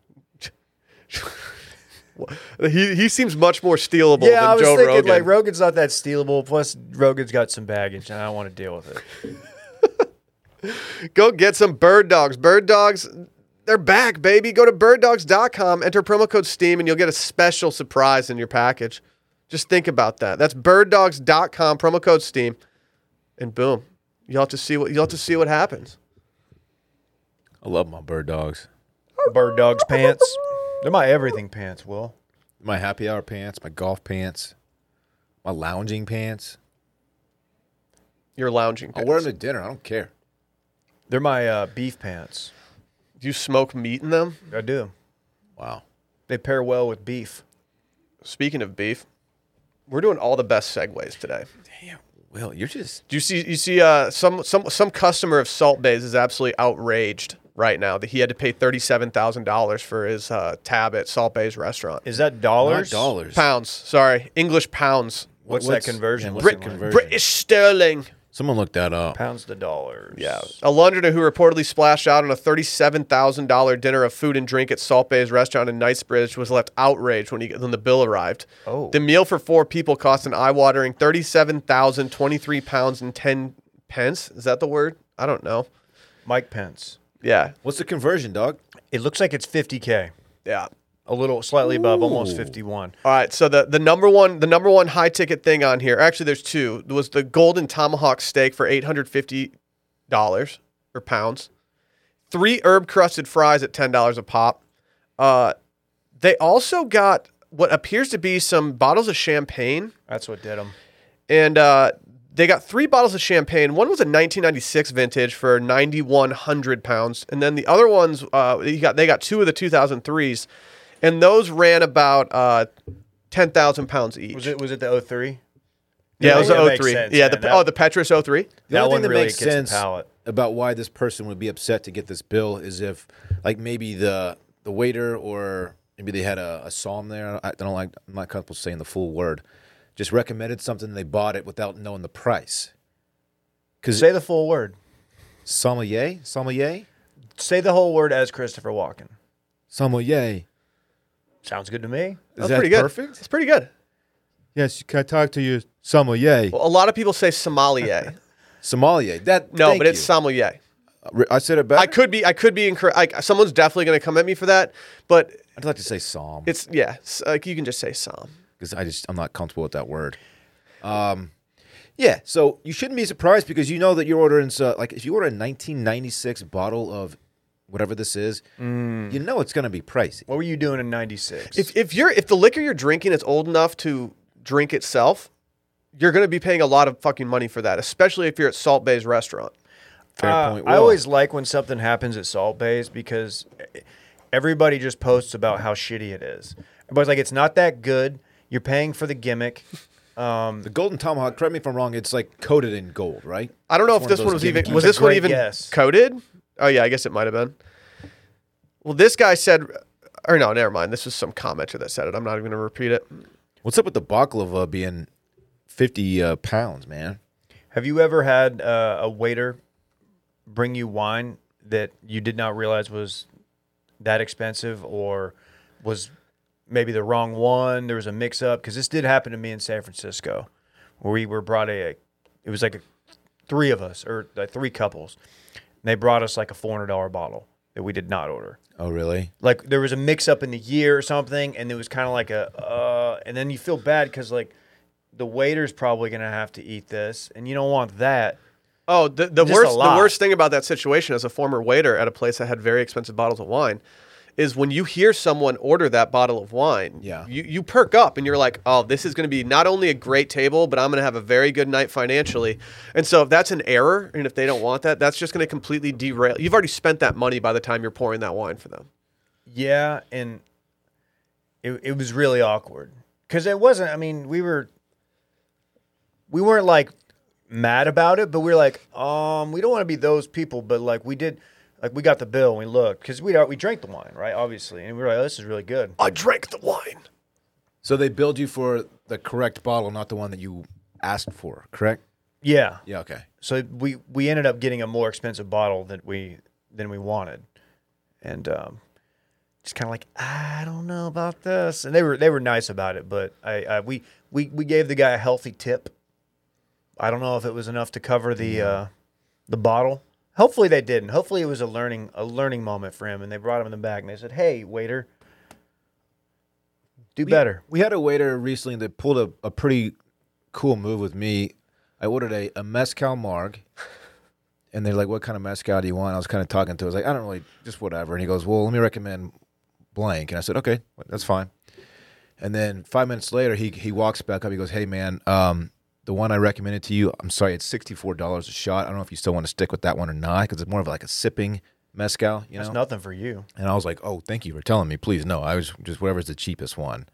A: He he seems much more stealable than
C: Yeah, I was
A: Joe
C: thinking
A: Rogan.
C: like Rogan's not that stealable. Plus, Rogan's got some baggage, and I don't want to deal with it.
A: Go get some bird dogs. Bird dogs, they're back, baby. Go to birddogs.com, enter promo code STEAM, and you'll get a special surprise in your package. Just think about that. That's birddogs.com, promo code STEAM, and boom. You'll have to see what you'll have to see what happens.
B: I love my bird dogs.
C: Bird Dog's pants. They're my everything pants. Will
B: My happy hour pants. My golf pants. My lounging pants.
A: You're
C: Oh,
A: lounging.
B: I
A: Pants.
B: wear them to dinner. I don't care.
C: they're my uh, beef pants?
A: Do you smoke meat in them?
C: I do.
B: Wow.
C: They pair well with beef.
A: Speaking of beef, we're doing all the best segues today.
B: Damn. Well, you're just
A: Do you see? You see? Uh, some some some customer of Salt Bay's is absolutely outraged right now that he had to pay thirty seven thousand dollars for his uh, tab at Salt Bay's restaurant.
C: Is that
B: not
C: dollars?
B: dollars.
A: Pounds, sorry, English pounds,
C: What's,
B: What's-
C: that conversion?
B: yeah,
C: looking
B: what's the
C: like?
B: conversion?
A: British sterling.
B: Someone looked that up.
C: Pounds to dollars.
A: Yeah, a Londoner who reportedly splashed out on a thirty-seven thousand dollar dinner of food and drink at Salt Bay's restaurant in Knightsbridge was left outraged when he when the bill arrived.
C: Oh.
A: the meal for four people cost an eye-watering thirty-seven thousand twenty-three pounds and ten pence. Is that the word? I don't know.
C: Mike Pence.
A: Yeah,
B: What's the conversion, dog?
C: It looks like it's 50k.
A: yeah.
C: A little slightly above, almost
B: Ooh.
C: 51.
A: All right, so the, the number one the number one high ticket thing on here actually there's two was the golden tomahawk steak for eight hundred fifty dollars or pounds, three herb crusted fries at ten dollars a pop. Uh, they also got what appears to be some bottles of champagne,
C: That's what did him.
A: and uh, they got three bottles of champagne. One was a 1996 vintage for ninety one hundred pounds, and then the other ones uh, they got they got two of the 2003s, and those ran about. Uh, 10,000 pounds each.
C: Was it was it the 03?
A: Yeah, it was
C: That
A: the
C: makes
A: 03.
C: sense,
A: yeah,
C: man.
A: the,
C: That-
A: oh, the Petrus 03.
B: The
C: That
B: only
C: one
B: thing that
C: really
B: makes
C: gets the
B: sense
C: palate.
B: about why this person would be upset to get this bill is if, like, maybe the the waiter or maybe they had a, a psalm there. I don't like. I'm not comfortable saying the full word. Just recommended something and they bought it without knowing the price. Because
C: Say the full word.
B: sommelier, sommelier,
C: Say the whole word as Christopher Walken.
B: sommelier.
C: Sounds good to me.
B: Is
A: That's
B: that
A: pretty good.
B: perfect?
A: It's pretty good.
B: Yes, can I talk to you, sommelier?
A: Well, a lot of people say sommelier.
B: sommelier. That
A: No,
B: thank
A: but it's
B: you.
A: sommelier.
B: I said it better.
A: I could be I could be incorrect. Like someone's definitely going to come at me for that, but
B: I'd like to say psalm.
A: it's yeah, s- like you can just say som.
B: because I just I'm not comfortable with that word. Um, yeah, so you shouldn't be surprised because you know that you're ordering so like if you order a 1996 bottle of whatever this is, you know it's going to be pricey.
C: What were you doing in 96?
A: If if you're if the liquor you're drinking is old enough to drink itself, you're going to be paying a lot of fucking money for that, especially if you're at Salt Bay's restaurant.
B: Fair
C: Uh,
B: point.
C: I
B: Will.
C: always like when something happens at Salt Bays because Everybody just posts about how shitty it is. Everybody's like, it's not that good. You're paying for the gimmick. Um,
B: The golden tomahawk. Correct me if I'm wrrong. It's like coated in gold, right?
A: I don't know if
B: It's one of
A: this
B: those
A: one was even
B: gimmicky-
A: was
C: That's a
A: this one
C: great
A: even
C: guess.
A: coded? Oh yeah, I guess it might have been. Well, this guy said, or no, never mind. This was some commenter that said it. I'm not even going to repeat it.
B: What's up with the baklava being 50 uh, pounds, man?
C: have you ever had uh, a waiter bring you wine that you did not realize was that expensive or was maybe the wrong one? There was a mix up because this did happen to me in San Francisco where we were brought a, it was like a, three of us or like three couples. And they brought us like a $400 bottle that we did not order.
B: Oh, really?
C: like there was a mix up in the year or something and it was kind of like a uh and then you feel bad because like the waiter's probably gonna have to eat this and you don't want that
A: Oh, the, the
C: Just a
A: worst the
C: lot.
A: worst thing about that situation as a former waiter at a place that had very expensive bottles of wine is when you hear someone order that bottle of wine,
B: Yeah.
A: you, you perk up and you're like, oh, this is going to be not only a great table, but I'm going to have a very good night financially. And so if that's an error and if they don't want that, that's just going to completely derail. You've already spent that money by the time you're pouring that wine for them.
C: yeah and it, it was really awkward because it wasn't i mean we were we weren't like mad about it but we were like um we don't want to be those people but like we did like we got the bill and we looked because we we drank the wine right obviously and we were like "Oh, this is really good
A: I drank the wine.
B: So they billed you for the correct bottle, not the one that you asked for, correct?
C: yeah
B: Yeah, okay.
C: so we we ended up getting a more expensive bottle than we than we wanted, and um, just kind of like I don't know about this. And they were they were nice about it, but I, I we we we gave the guy a healthy tip. I don't know if it was enough to cover the uh, the bottle. Hopefully they didn't. Hopefully it was a learning a learning moment for him, and they brought him in the back and they said, "Hey waiter, do better."
B: We had a waiter recently that pulled a, a pretty cool move with me. I ordered a, a mezcal marg, and they're like, "What kind of mezcal do you want?" I was kind of talking to. Him. I was like, "I don't really, just whatever." And he goes, "Well, let me recommend blank." And I said, "Okay, that's fine." And then five minutes later, he he walks back up. He goes, "Hey, man, um, the one I recommended to you, I'm sorry, it's sixty four dollars a shot. I don't know if you still want to stick with that one or not because it's more of like a sipping mezcal. You know,
C: That's nothing for you.
B: and I was like, "Oh, thank you for telling me. Please, no. I was just whatever's the cheapest one."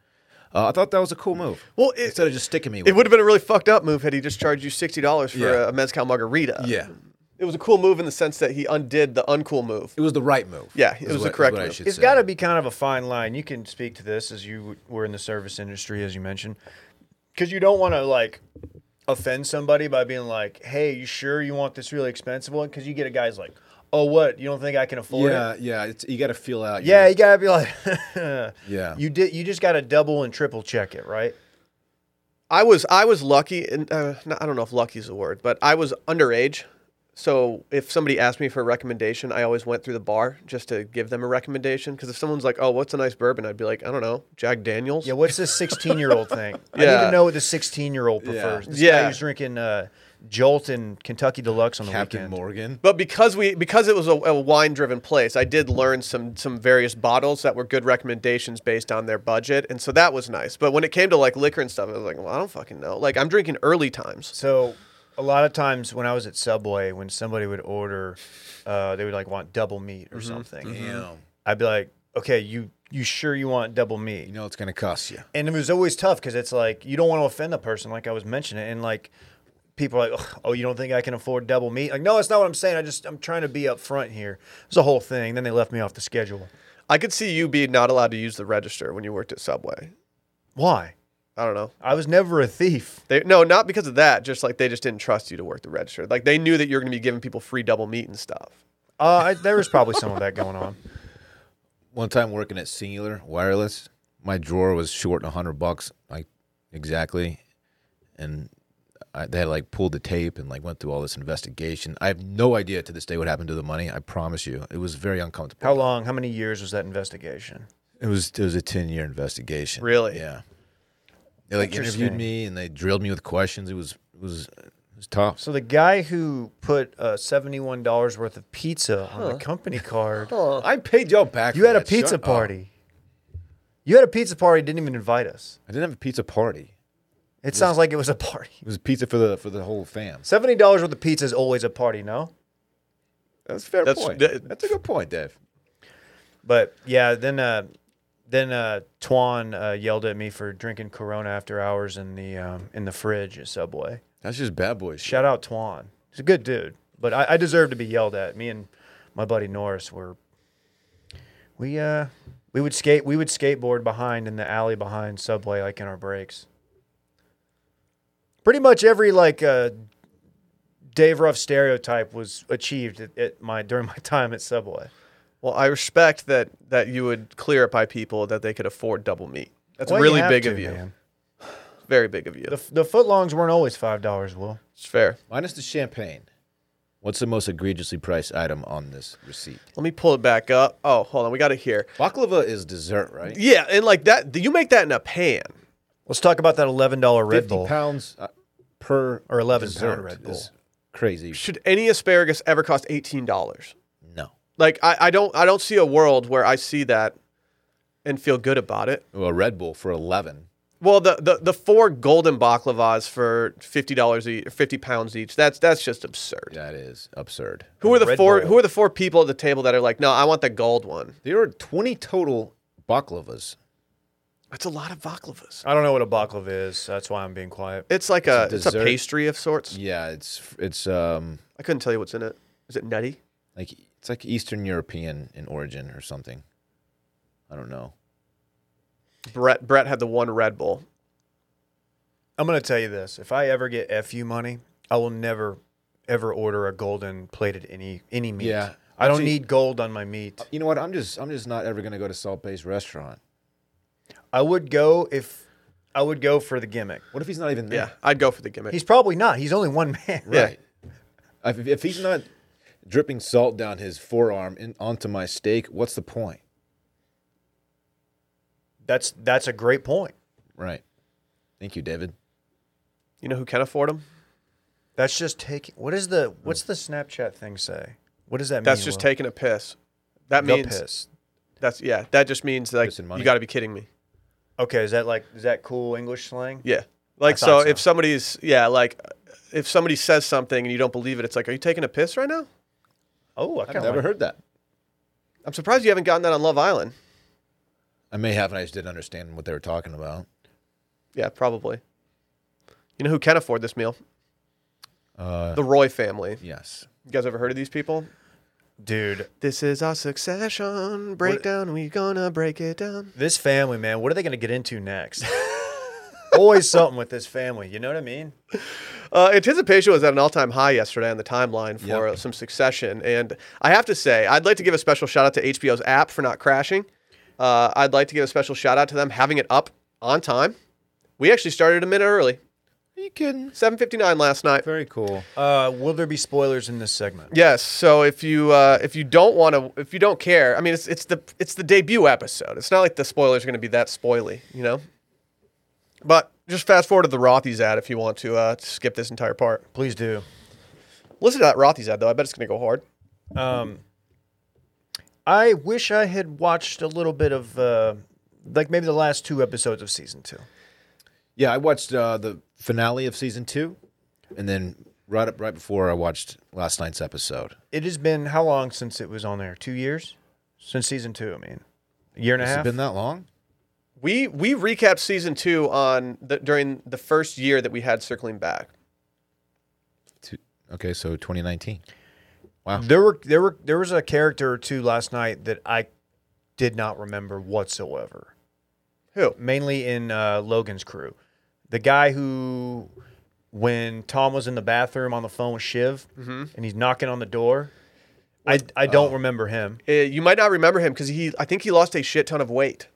B: Uh, I thought that was a cool move.
A: Well, it-
B: instead of just sticking me, with
A: It would have been a really fucked up move had he just charged you sixty dollars for
B: Yeah.
A: a, a mezcal margarita.
B: yeah,
A: it was a cool move in the sense that he undid the uncool move.
B: it was the right move.
A: Yeah, it
B: is
A: was the
B: what- is
A: correct
B: what I
A: move.
B: should
C: It's
B: say.
C: got to be kind of a fine line. You can speak to this as you were in the service industry, as you mentioned, because you don't want to like offend somebody by being like, "Hey, you sure you want this really expensive one?" Because you get a guy's like, "Oh, what? You don't think I can afford it?"
B: Yeah, yeah. It's, you got to feel out. your-
C: Yeah, you gotta be like,
B: Yeah.
C: You did. You just gotta double and triple check it, right?
A: I was I was lucky, and uh, no- I don't know if lucky is the word, but I was underage. So if somebody asked me for a recommendation, I always went through the bar just to give them a recommendation. Because if someone's like, "Oh, what's a nice bourbon?" I'd be like, "I don't know, Jack Daniels."
C: Yeah. What's this sixteen-year-old thing? I need
A: Yeah.
C: to know what the sixteen-year-old prefers. This
A: Yeah.
C: guy who's drinking uh, Jolt and Kentucky Deluxe on the
B: Captain
C: weekend.
B: Morgan.
A: But because we because it was a, a wine driven place, I did learn some some various bottles that were good recommendations based on their budget, and so that was nice. But when it came to like liquor and stuff, I was like, well, I don't fucking know. Like I'm drinking early times.
C: So a lot of times when I was at Subway, when somebody would order, uh, they would like want double meat or something.
A: mm.
B: Damn.
C: I'd be like, okay, you you sure you want double meat?
B: You know it's gonna cost you.
C: And it was always tough because it's like you don't want to offend the person, like I was mentioning, and like people are like, oh, you don't think I can afford double meat? Like, no, that's not what I'm saying. I just I'm trying to be upfront here. It's a whole thing. Then they left me off the schedule.
A: I could see you being not allowed to use the register when you worked at Subway.
C: Why?
A: I don't know.
C: I was never a thief.
A: They no, not because of that. Just like they just didn't trust you to work the register. Like they knew that you were going to be giving people free double meat and stuff.
C: Uh, I, there was probably some of that going on.
B: One time working at Singular Wireless, my drawer was short a hundred bucks, like exactly, and I, they had like pulled the tape and like went through all this investigation. I have no idea to this day what happened to the money. I promise you, it was very uncomfortable.
C: How long? How many years was that investigation?
B: It was it was a ten year investigation.
A: Really?
B: Yeah. They like interviewed
C: Interesting.
B: me and they drilled me with questions. It was it was it was tough.
C: So the guy who put uh, seventy-one dollars worth of pizza on the company card,
B: I paid y'all back.
C: you
B: for
C: had a
B: that. Shut
C: pizza
B: up.
C: party. You had a pizza party. Didn't even invite us.
B: I didn't have a pizza party.
C: It sounds like it was a party.
B: It was pizza for the for the whole fam.
C: Seventy dollars worth of pizza is always a party. No,
B: That's a fair
A: That's-
B: point.
A: that-
B: That's a good point, Dave.
C: But yeah, then uh, then uh, Tuan uh, yelled at me for drinking Corona after hours in the um, in the fridge at Subway.
B: That's just bad boy shit.
C: Shout out Tuan. He's a good dude, but I, I deserve to be yelled at. Me and my buddy Norris were we uh we would skate we would skateboard behind in the alley behind Subway like in our breaks. Pretty much every like uh, Dave Ruff stereotype was achieved at, at my during my time at Subway.
A: Well, I respect that that you would clear up by people that they could afford double meat. That's
C: Well, you
A: really
C: have
A: big
C: to,
A: of you.
C: man.
A: Very big of you.
C: The the footlongs weren't always five dollars, Will.
A: it's fair.
B: Minus the champagne. What's the most egregiously priced item on this receipt?
A: Let me pull it back up. Oh, hold on. We got it here.
B: Baklava is dessert, right?
A: Yeah, and like that, you make that in a pan.
C: Let's talk about that eleven dollar Red
B: Fifty
C: Bull.
B: pounds uh, per
C: Or 11 pound
B: dessert
C: Red
B: is
C: Bull.
B: crazy.
A: Should any asparagus ever cost eighteen dollars?
B: No.
A: Like I, I don't I don't see a world where I see that and feel good about it.
B: Well, Red Bull for eleven.
A: Well, the the, the four golden baklavas for fifty dollars each, fifty pounds each. That's that's just absurd.
B: That is absurd.
A: Who are the
C: Red
A: four
C: Bull.
A: Who are the four people at the table that are like, no, I want the gold one.
B: There are twenty total baklavas.
A: That's a lot of baklavas.
C: I don't know what a baklava is. That's why I'm being quiet.
A: It's like a,
B: a
A: it's a
B: dessert.
A: pastry of sorts.
B: Yeah, it's it's um
A: I couldn't tell you what's in it. Is it nutty?
B: like it's like Eastern European in origin or something. I don't know.
A: Brett Brett had the one Red Bull.
C: I'm gonna tell you this: if I ever get fu money, I will never, ever order a golden plated any any meat.
B: Yeah.
C: I don't
B: Actually-
C: need gold on my meat.
B: You know what? I'm just I'm just not ever gonna go to salt based restaurant.
C: I would go if I would go for the gimmick.
B: What if he's not even
A: Yeah,
B: there?
A: I'd go for the gimmick.
C: He's probably not. He's only one man.
A: Yeah.
B: Right. If, if he's not dripping salt down his forearm in, onto my steak, what's the point?
C: That's that's a great point.
B: Right. Thank you, David.
A: you know who can afford them?
C: That's just taking. What is the what's the Snapchat thing say? What does that mean?
A: That's just
C: Will?
A: taking a piss. That
C: the
A: means
C: piss.
A: that's yeah. That just means like
B: Piss and
A: you
B: money.
A: got to be kidding me.
C: Okay, is that like is that cool English slang?
A: Yeah. Like so,
C: thought so.
A: if somebody's yeah, like if somebody says something and you don't believe it, it's like, are you taking a piss right now?
C: Oh, I
B: I've
C: kind of
B: never heard that.
A: I'm surprised you haven't gotten that on Love Island.
B: I may have, and I just didn't understand what they were talking about.
A: Yeah, probably. You know who can afford this meal?
B: Uh,
A: The Roy family.
B: yes.
A: You guys ever heard of these people?
C: dude.
A: This is our succession breakdown. We gonna break it down.
C: This family, man, what are they going to get into next? Always something with this family. You know what I mean?
A: Uh, anticipation was at an all-time high yesterday on the timeline for
B: Yep.
A: uh, some Succession, and I have to say, I'd like to give a special shout out to HBO's app for not crashing. Uh, I'd like to give a special shout out to them having it up on time. We actually started a minute early,
B: Are you kidding?
A: 7:59 last night.
B: Very cool.
C: Uh, will there be spoilers in this segment?
A: Yes. So if you uh, if you don't want to, if you don't care, I mean, it's it's the it's the debut episode. It's not like the spoilers are going to be that spoily, you know. But just fast forward to the Rothy's ad if you want to uh, skip this entire part.
C: Please do.
A: Listen to that Rothy's ad though. I bet it's going to go hard.
C: Um, I wish I had watched a little bit of, uh, like, maybe the last two episodes of season two.
B: Yeah, I watched uh, the finale of season two, and then right up right before I watched last night's episode.
C: It has been how long since it was on there? Two years? Since season two, I mean. A year and a
B: Has it
C: half?
B: been that long?
A: We we recapped season two on the, during the first year that we had circling back.
B: Two, okay, so 2019.
C: There were there were there was a character or two last night that I did not remember whatsoever.
A: Who?
C: mainly in uh, Logan's crew. The guy who, when Tom was in the bathroom on the phone with Shiv, and he's knocking on the door, I I don't remember him.
A: Uh, you might not remember him because he I think he lost a shit ton of weight.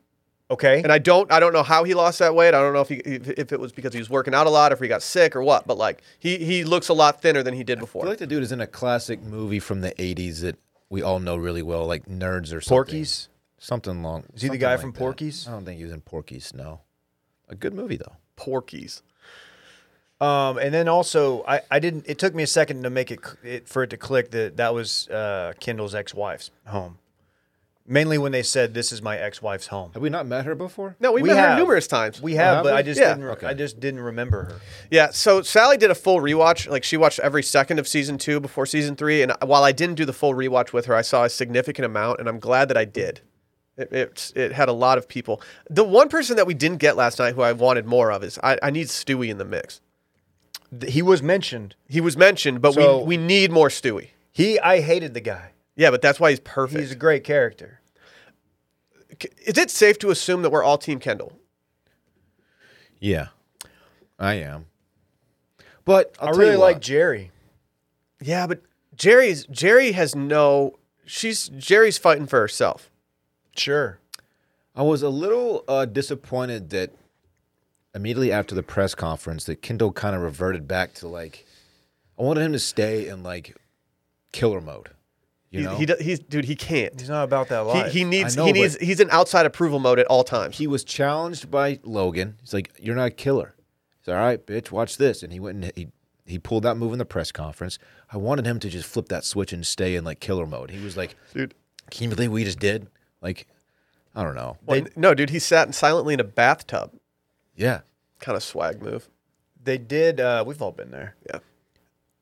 C: Okay,
A: And I don't I don't know how he lost that weight. I don't know if he if, if it was because he was working out a lot, if he got sick or what. But like he he looks a lot thinner than he did
B: I
A: before.
B: feel like the dude is in a classic movie from the 80s that we all know really well, like Nerds or something.
C: Porky's.
B: Something long.
C: Is he the
B: something
C: guy
B: like
C: from
B: that.
C: Porky's?
B: I don't think he was in Porky's, no. A good movie, though.
A: Porkies.
C: Um, and then also I, I didn't. It took me a second to make it, cl- it for it to click that that was uh, Kendall's ex-wife's home. Mainly when they said, "This is my ex-wife's home."
B: Have we not met her before?
A: No, we,
C: We
A: met
C: have.
A: her numerous times.
C: We have,
B: have
C: but
B: we?
C: I just
A: Yeah.
C: didn't. Re- I just didn't remember her.
A: Yeah, so Sally did a full rewatch. Like she watched every second of season two before season three. And while I didn't do the full rewatch with her, I saw a significant amount, and I'm glad that I did It, it it had a lot of people. The one person that we didn't get last night, who I wanted more of, is I, I need Stewie in the mix.
C: Th- He was mentioned.
A: He was mentioned, but
C: So-
A: we we need more Stewie.
C: He, I hated the guy.
A: Yeah, but that's why he's perfect.
C: He's a great character.
A: C- Is it safe to assume that we're all Team Kendall?
B: Yeah, I am. But I'll
C: i
B: tell
C: really
B: you
C: like
B: what.
C: Jerry.
A: Yeah, but Jerry's Jerry has no. She's Jerry's fighting for herself.
C: Sure.
B: I was a little uh, disappointed that immediately after the press conference, that Kendall kind of reverted back to like, I wanted him to stay in like killer mode. You
A: He,
B: know,
A: he do- he's dude. He can't.
C: He's not about that
A: He,
C: life.
A: he needs.
B: know,
A: he
B: but-
A: needs. He's in outside approval mode at all times.
B: he was challenged by Logan. He's like, "You're not a killer." He's all right, bitch. Watch this, and he went and he he pulled that move in the press conference. I wanted him to just flip that switch and stay in like killer mode. He was like,
A: Dude.
B: can you believe we just did?" Like, I don't know.
A: Well, no, dude. He sat silently in a bathtub.
B: Yeah,
A: Kind of swag move.
C: they did. Uh, we've all been there.
A: Yeah.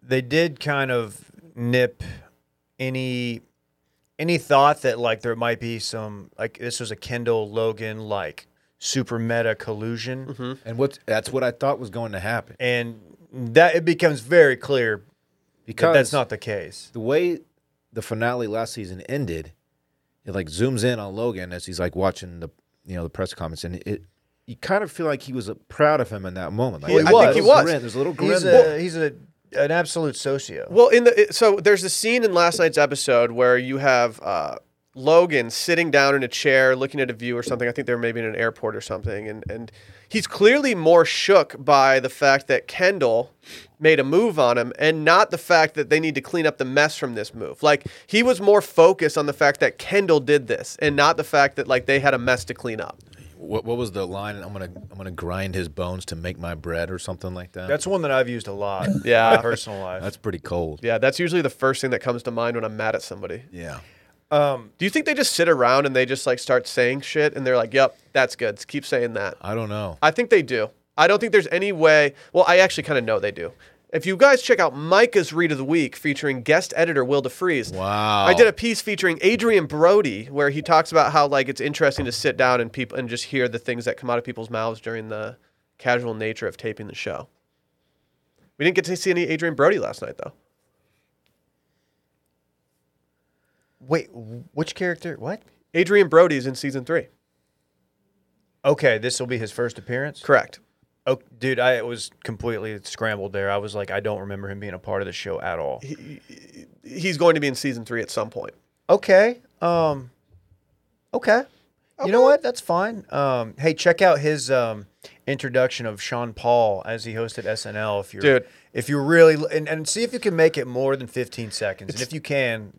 C: They did kind of nip any any thought that like there might be some like this was a Kendall Logan like super meta collusion,
A: Mm-hmm. Hmm?
B: and what that's what I thought was going to happen
C: and that it becomes very clear
B: because
C: that that's not the case.
B: the way the finale last season ended. It like zooms in on Logan as he's like watching the you know the press comments, and it you kind of feel like he was uh, proud of him in that moment. Like,
A: Well,
B: there's
A: he
B: a
A: was. He
B: little
A: was.
B: grin- There's a little grin.
C: He's
B: there.
C: a he's a an absolute socio.
A: Well, in the it- so there's a scene in last night's episode where you have uh, Logan sitting down in a chair looking at a view or something. I think they're maybe in an airport or something, and and he's clearly more shook by the fact that Kendall made a move on him, and not the fact that they need to clean up the mess from this move. Like he was more focused on the fact that Kendall did this, and not the fact that like they had a mess to clean up.
B: What what was the line? I'm gonna I'm gonna grind his bones to make my bread or something like that.
C: That's one that I've used a lot. in
A: Yeah.
C: my personal life.
B: that's pretty cold.
A: Yeah, that's usually the first thing that comes to mind when I'm mad at somebody.
B: Yeah.
C: um,
A: Do you think they just sit around and they just like start saying shit and they're like, "Yep, that's good. Keep saying that."
B: I don't know.
A: I think they do. I don't think there's any way. Well, I actually kind of know they do. If you guys check out Micah's Read of the Week featuring guest editor Will DeFries,
B: Wow.
A: I did a piece featuring Adrian Brody where he talks about how like it's interesting to sit down and people and just hear the things that come out of people's mouths during the casual nature of taping the show. We didn't get to see any Adrian Brody last night though.
C: wait, which character? What?
A: Adrian Brody is in season three.
C: Okay, this will be his first appearance.
A: Correct.
C: Oh, dude, I was completely scrambled there. I was like, I don't remember him being a part of the show at all.
A: He's going to be in season three at some point.
C: Okay. Um. Okay. You know what? That's fine. Um, hey, check out his um, introduction of Sean Paul as he hosted SNL. If you're,
A: Dude.
C: if you're really, and, and see if you can make it more than 15 seconds. And if you can,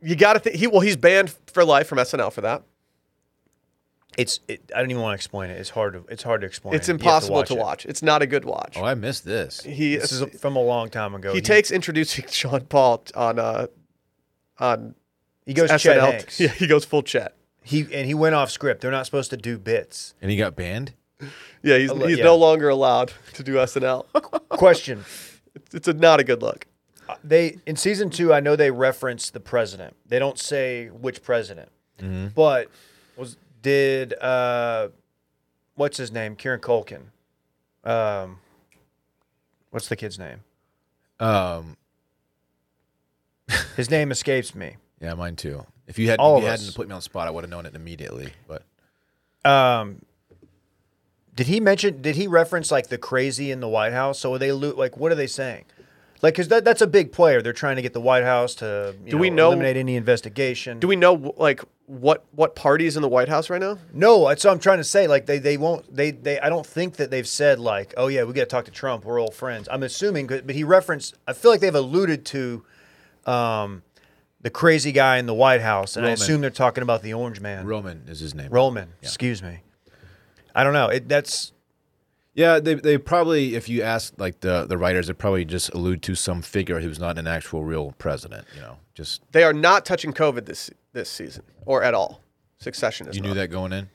A: You got to think. He well, he's banned for life from SNL for that.
C: it's. It, I don't even want to explain it. It's hard to. It's hard to explain.
A: It's
C: it. You have
A: impossible to
C: it.
A: watch. It's not a good watch.
B: Oh, I missed this.
A: He
C: This is from a long time ago.
A: he takes introducing Sean Paul t- on uh on
C: He goes
A: SNL.
C: Chet Hanks.
A: Yeah, he goes full chat.
C: He and he went off script. They're not supposed to do bits.
B: And he got banned.
A: Yeah, he's
C: li-
A: he's
C: yeah.
A: no longer allowed to do SNL.
C: Question:
A: it's a, not a good look.
C: They in season two, I know they reference the president. They don't say which president,
A: Mm-hmm.
C: but was did uh, what's his name? Kieran Culkin. Um, what's the kid's name?
B: Um.
C: His name escapes me.
B: Yeah, mine too. If you had
C: All
B: if you
C: of
B: hadn't
C: us.
B: put me on the spot, I would have known it immediately. But
C: Um, did he mention? Did he reference like the crazy in the White House? So are they lo- like what are they saying? Like, cause that, that's a big player. They're trying to get the White House to you
A: Do we know-
C: eliminate any investigation.
A: Do we know wh- like what what party is in the White House right now?
C: No, that's what I'm trying to say. Like they, they won't. They, they. I don't think that they've said like, oh yeah, we got to talk to Trump. We're old friends. I'm assuming, 'cause- but he referenced. I feel like they've alluded to, um, the crazy guy in the White House, and
B: Roman.
C: I assume they're talking about the Orange Man,
B: Roman is his name.
C: Roman. Excuse me. I don't know. It, that's
B: Yeah, they they probably if you ask like the the writers, they probably just allude to some figure who's not an actual real president. You know, just
A: They are not touching COVID this this season or at all. Succession is
B: you
A: not.
B: knew that going in.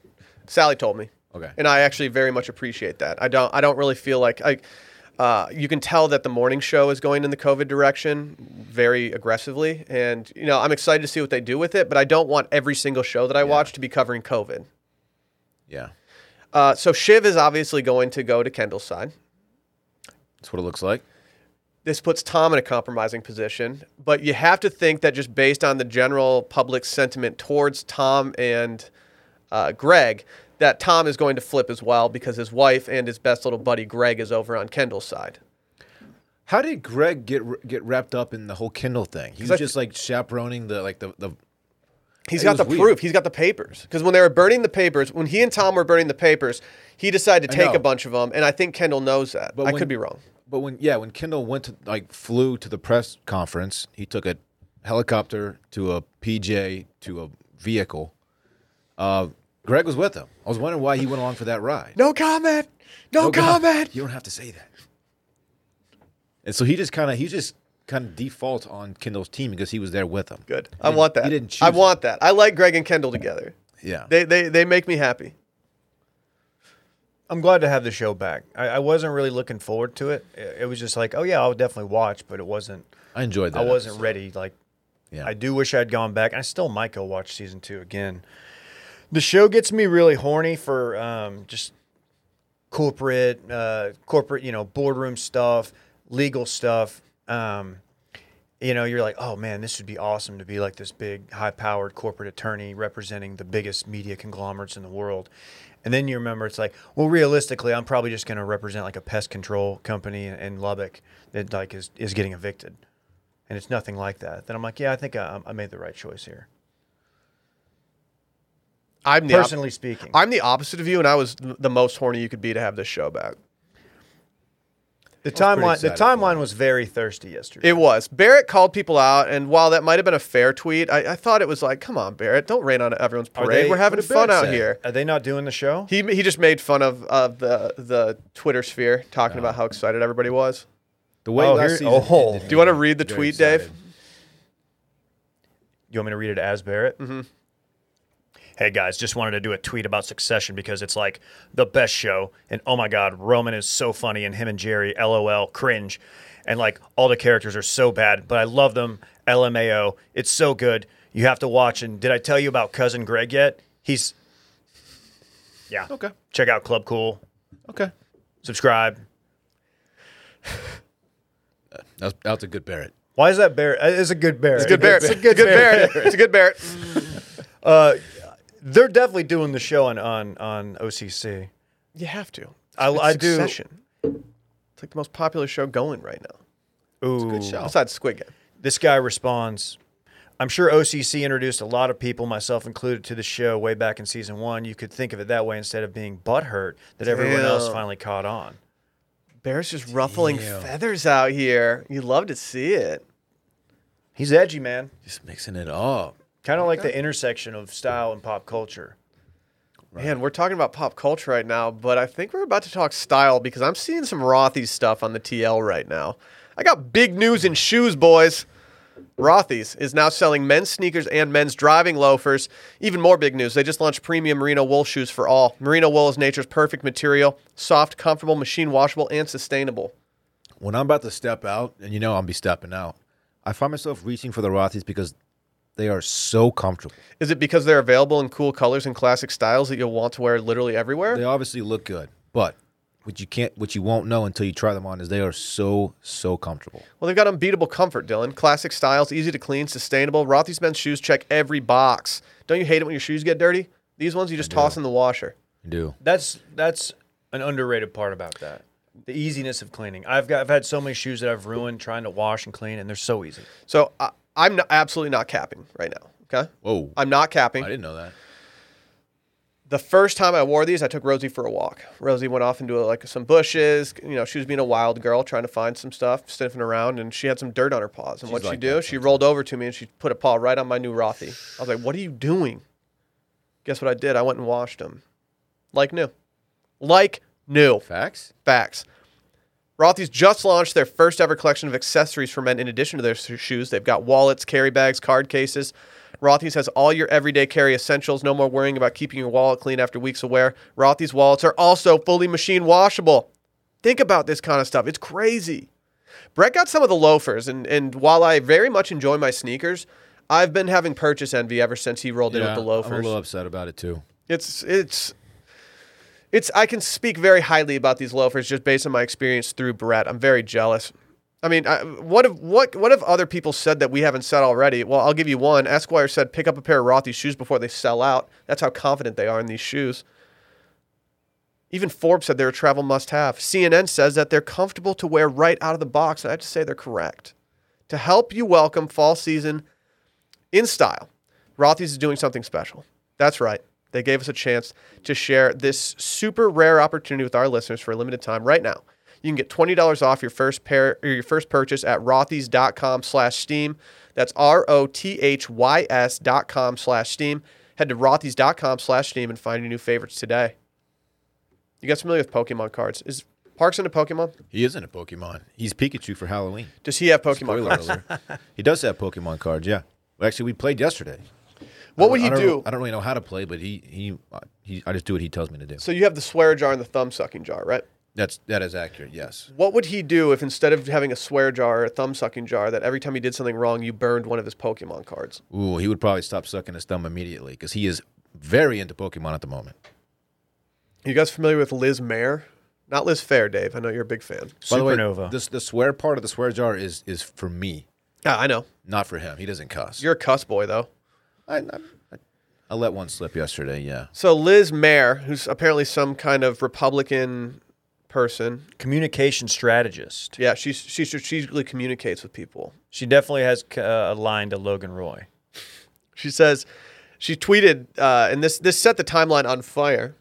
A: Sally told me.
B: Okay.
A: And I actually very much appreciate that. I don't I don't really feel like I Uh, you can tell that the morning show is going in the COVID direction very aggressively, and you know I'm excited to see what they do with it. But I don't want every single show that I watch to be covering COVID.
B: Yeah,
A: Uh, so Shiv is obviously going to go to Kendall's side.
B: that's what it looks like.
A: this puts Tom in a compromising position, but you have to think that just based on the general public sentiment towards Tom and uh, Greg, that Tom is going to flip as well because his wife and his best little buddy Greg is over on Kendall's side.
B: How did Greg get get wrapped up in the whole Kindle thing? He was
A: I-
B: just like chaperoning the like the the.
A: He's
B: It
A: got the
B: was weird.
A: proof. He's got the papers. Because when they were burning the papers, when he and Tom were burning the papers, he decided to
B: I
A: take a
B: know.
A: bunch of them, and I think Kendall knows that. I
B: when-
A: could be wrong.
B: But when yeah, when Kindle went to like flew to the press conference, he took a helicopter to a PJ to a vehicle. Uh, Greg was with him. I was wondering why he went along for that ride.
A: No comment. No,
B: Oh, God,
A: comment.
B: You don't have to say that. And so he just kind of he just kind of defaults on Kendall's team because he was there with him.
A: Good. I want that.
B: he didn't choose
A: I
B: it.
A: want that. I like Greg and Kendall together.
B: Yeah.
A: They they they make me happy.
C: I'm glad to have the show back. I, I wasn't really looking forward to it. It, it was just like, oh yeah, I'll definitely watch, but it wasn't.
B: I enjoyed that.
C: I wasn't
B: episode.
C: ready. Like,
B: Yeah.
C: I do wish I'd gone back. I still might go watch season two again. The show gets me really horny for um, just corporate, uh, corporate, you know, boardroom stuff, legal stuff. Um, you know, you're like, oh man, this would be awesome to be like this big, high powered corporate attorney representing the biggest media conglomerates in the world. And then you remember it's like, well, realistically, I'm probably just going to represent like a pest control company in, in Lubbock that like is, is getting evicted. And it's nothing like that. Then I'm like, yeah, I think I, I made the right choice here.
A: I'm the op-
C: Personally speaking,
A: I'm the opposite of you, and I was th- the most horny you could be to have this show back.
C: the
B: pretty
C: timeline the
B: excited for
C: timeline was very thirsty yesterday.
A: It was. Barrett called people out, and while that might have been a fair tweet, I, I thought it was like, come on, Barrett, don't rain on everyone's parade.
C: they-
A: We're having
B: what did
A: fun
B: Barrett
A: out
B: say?
A: here.
C: Are they not doing the show?
A: He, he just made fun of, of the, the Twitter sphere, talking about how excited everybody was.
B: The way
C: Oh,
B: last
C: here-
B: season.
C: oh.
B: ended,
A: Do you want to read the
B: very
A: tweet,
B: excited.
A: Dave?
C: You want me to read it as Barrett? Mm-hmm. Hey guys, just wanted to do a tweet about Succession because it's like the best show, and oh my god, Roman is so funny, and him and Jerry, LOL, cringe, and like all the characters are so bad, but I love them. LMAO, it's so good. You have to watch. And did I tell you about cousin Greg yet? He's yeah.
B: Okay.
C: Check out Club Cool.
B: Okay.
C: Subscribe.
B: That's that's a good Barrett.
C: Why is that Barrett? Uh, It's a good Barrett. It's
A: Good Barrett. It's a good Barrett. It's a good Barrett.
C: They're definitely doing the show on on on OCC.
A: You have to.
C: I-
A: It's
C: I do-
A: Succession. It's like the most popular show going right now,
C: Ooh.
B: Good show.
A: besides Squid Game.
C: This guy responds, I'm sure OCC introduced a lot of people, myself included, to the show way back in season one. You could think of it that way instead of being butthurt that everyone else
A: Damn.
C: finally caught on.
A: Barrett's just ruffling
B: Damn.
A: feathers out here. You love to see it.
C: He's edgy, man.
B: Just mixing it up.
C: Kind of like the intersection of style and pop culture.
A: Man, we're talking about pop culture right now, but I think we're about to talk style because I'm seeing some Rothy's stuff on the TL right now. I got big news in shoes, boys. Rothy's is now selling men's sneakers and men's driving loafers. Even more big news, they just launched premium merino wool shoes for all. Merino wool is nature's perfect material, soft, comfortable, machine washable, and sustainable.
B: When I'm about to step out, and you know I'll be stepping out, I find myself reaching for the Rothy's because they are so comfortable.
A: Is it because they're available in cool colors and classic styles that you'll want to wear literally everywhere?
B: They obviously look good, but what you can't, what you won't know until you try them on is they are so so comfortable.
A: Well, they've got unbeatable comfort, Dylan. Classic styles, easy to clean, sustainable. Rothy's men's shoes check every box. Don't you hate it when your shoes get dirty? These ones you just toss in the washer.
B: You do.
C: That's that's an underrated part about that. The easiness of cleaning. I've got I've had so many shoes that I've ruined trying to wash and clean, and they're so easy.
A: So I, I'm not, absolutely not capping right now. Okay,
B: Whoa.
A: I'm not
B: I
A: capping.
B: didn't know that.
A: The first time I wore these, I took Rosie for a walk. Rosie went off into like some bushes. You know, she was being a wild girl, trying to find some stuff, sniffing around, and she had some dirt on her paws. And what she
B: like
A: do? She rolled over to me and she put a paw right on my new Rothy. I was like, "What are you doing?" Guess what I did? I went and washed them, like new, like new.
B: Facts.
A: Facts. Rothy's just launched their first ever collection of accessories for men in addition to their s- shoes. They've got wallets, carry bags, card cases. Rothy's has all your everyday carry essentials. No more worrying about keeping your wallet clean after weeks of wear. Rothy's wallets are also fully machine washable. Think about this kind of stuff. It's crazy. Brett got some of the loafers, and, and while I very much enjoy my sneakers, I've been having purchase envy ever since he rolled in with the
B: I'm a
A: loafers.
B: little upset about it too.
A: It's it's it's I can speak very highly about these loafers just based on my experience through Brett. I'm very jealous. I mean, I, what have what what have other people said that we haven't said already? Well, I'll give you one. Esquire said, "Pick up a pair of Rothy's shoes before they sell out." That's how confident they are in these shoes. Even Forbes said they're a travel must-have. CNN says that they're comfortable to wear right out of the box, and I have to say they're correct. To help you welcome fall season in style, Rothy's is doing something special. That's right. They gave us a chance to share this super rare opportunity with our listeners for a limited time right now. You can get $20 off your first pair or your first purchase at rothys.com slash steam. That's R-O-T-H-Y-S dot com slash steam. Head to rothys.com slash steam and find your new favorites today. You guys familiar with Pokemon cards. Is Parks into Pokemon?
B: He isn't a Pokemon. He's Pikachu for Halloween.
A: Does he have Pokemon
B: Spoiler
A: cards?
B: alert. He does have Pokemon cards. Yeah. Well, actually, we played yesterday.
A: What would
B: I
A: he
B: don't-
A: do?
B: I don't really know how to play, but he he uh, he. I just do what he tells me to do.
A: So you have the swear jar and the thumb sucking jar, right?
B: That's that is accurate. Yes.
A: What would he do if instead of having a swear jar or a thumb sucking jar, that every time he did something wrong, you burned one of his Pokemon cards?
B: Ooh, he would probably stop sucking his thumb immediately because he is very into Pokemon at the moment.
A: You guys familiar with Liz Mayer? Not Liz Fair, Dave. I know you're a big fan.
B: the way,
C: Supernova.
B: this the swear part of the swear jar is is for me,
A: Yeah, I know.
B: not for him. He doesn't cuss.
A: You're a cuss boy, though.
B: I, I, I let one slip yesterday. Yeah.
A: So Liz Mayer, who's apparently some kind of Republican person,
C: Communication strategist.
A: yeah, she she strategically communicates with people.
C: She definitely has uh, a line to Logan Roy.
A: She says, she tweeted, uh, and this this set the timeline on fire.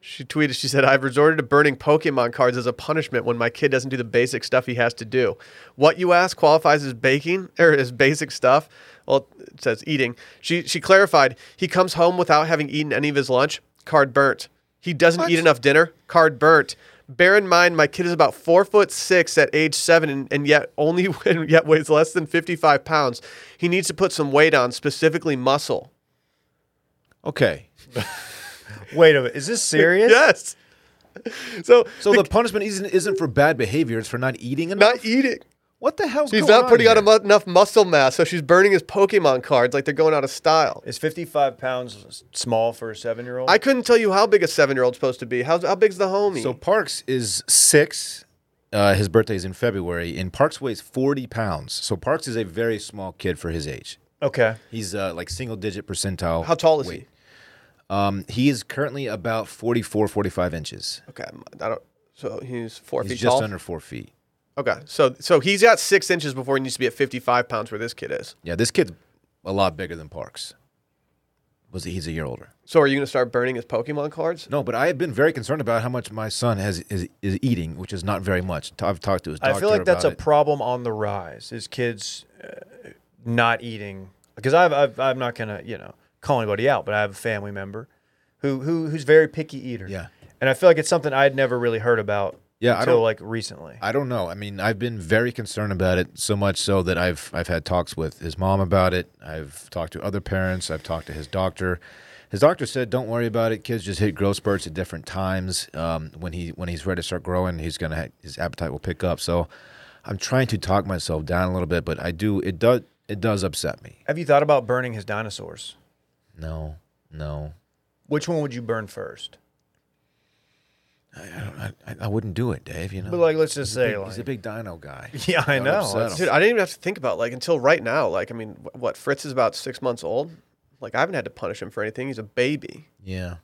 A: She tweeted, she said, I've resorted to burning Pokemon cards as a punishment when my kid doesn't do the basic stuff he has to do. What you ask qualifies as baking or as basic stuff. Well, it says eating. She she clarified, he comes home without having eaten any of his lunch, card burnt. He doesn't eat enough dinner, card burnt. Bear in mind, my kid is about four foot six at age seven, and, and yet only and yet weighs less than fifty five pounds. He needs to put some weight on, specifically muscle.
B: Okay.
C: Wait a minute. Is this serious?
A: Yes. So
B: So the punishment isn't isn't for bad behavior. It's for not eating enough.
A: not eating.
B: what the hell's
A: She's
B: going
A: not
B: on
A: putting
B: here?
A: on emu- enough muscle mass, so she's burning his Pokemon cards like they're going out of style.
C: Is 55 pounds s- small for a seven year old?
A: I couldn't tell you how big a seven-year-old's supposed to be. How, how big's the homie?
B: So Parks is six. Uh, his birthday's in February, and Parks weighs forty pounds. So Parks is a very small kid for his age.
C: Okay.
B: He's uh, like single digit percentile.
A: how tall is
B: weight. Um, he is currently about 44, 45 inches.
A: he? Okay, I don't. So he's four
B: He's
A: feet
B: just
A: tall.
B: under four feet.
A: okay, so so he's got six inches before he needs to be at fifty-five pounds, where this kid is.
B: Yeah, this kid's a lot bigger than Parks. Was he, he's a year older?
A: So are you going to start burning his Pokemon cards?
B: No, but I have been very concerned about how much my son has is, is eating, which is not very much. T- I've talked to his doctor.
C: I feel like that's a
B: about it.
C: problem on the rise is kids uh, not eating. Because I've, I've, I'm not going to, you know, call anybody out, but I have a family member who, who who's very picky eater.
B: Yeah.
C: And I feel like it's something I'd never really heard about
B: Yeah, I
C: until
B: don't-
C: like recently.
B: I don't know. I mean, I've been very concerned about it so much so that I've I've had talks with his mom about it. I've talked to other parents. I've talked to his doctor. His doctor said, "Don't worry about it. Kids just hit growth spurts at different times. Um, when he when he's ready to start growing, he's gonna ha- his appetite will pick up." So, I'm trying to talk myself down a little bit, but I do it does it does upset me.
C: Have you thought about burning his dinosaurs?
B: No, no,
C: Which one would you burn first?
B: I, I- I wouldn't do it, Dave. You know,
C: But like, let's just say,
B: he's a
C: like,
B: big dino guy.
C: yeah, I
B: I'd
C: know.
B: upset
C: That's-
A: Dude, I didn't even have to think about like until right now. Like, I mean, wh- what Fritz is about six months old. Like, I haven't had to punish him for anything. He's a baby.
B: Yeah,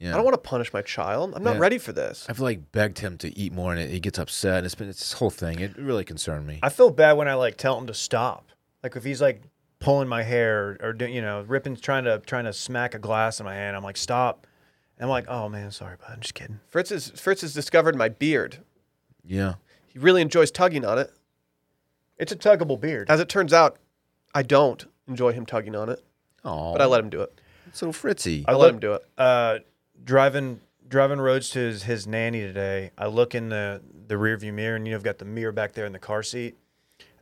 B: yeah.
A: I don't want to punish my child. I'm not
B: Yeah.
A: ready for this.
B: I've like begged him to eat more, and he gets upset. It's been it's this whole thing. It really concerned me.
C: I feel bad when I like tell him to stop. Like if he's like pulling my hair or do, you know ripping, trying to trying to smack a glass in my hand, I'm like stop. And I'm like, oh man, sorry, bud. I'm just kidding.
A: Fritz is Fritz has discovered my beard.
B: yeah,
A: He really enjoys tugging on it.
C: It's a tuggable beard.
A: As it turns out, I don't enjoy him tugging on it,
B: oh,
A: but I let him do it.
B: it's little Fritzy.
A: I,
C: I
A: let
C: love-
A: him do it.
C: Uh, driving driving roads to his, his nanny today. I look in the the rearview mirror, and you know, I've got the mirror back there in the car seat,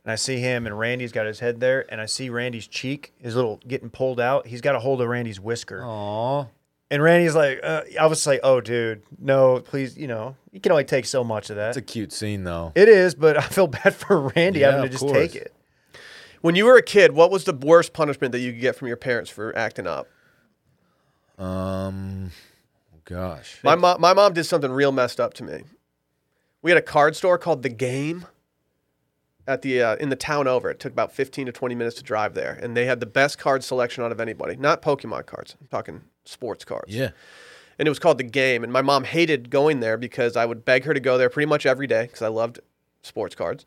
C: and I see him, and Randy's got his head there, and I see Randy's cheek, his little getting pulled out. He's got a hold of Randy's whisker.
B: Aw,
C: And Randy's like, uh, I was like, oh, dude, no, please, you know, you can only take so much of that.
B: It's a cute scene though.
C: it is, but I feel bad for Randy
B: Yeah,
C: having
B: of
C: to just
B: course.
C: take it.
A: When you were a kid, what was the worst punishment that you could get from your parents for acting up?
B: Um, gosh.
A: My mom, my mom did something real messed up to me. We had a card store called The Game at the uh, in the town over. It took about 15 to 20 minutes to drive there, and they had the best card selection out of anybody. Not Pokemon cards. I'm talking sports cards.
B: Yeah.
A: And it was called The Game, and my mom hated going there because I would beg her to go there pretty much every day because I loved sports cards.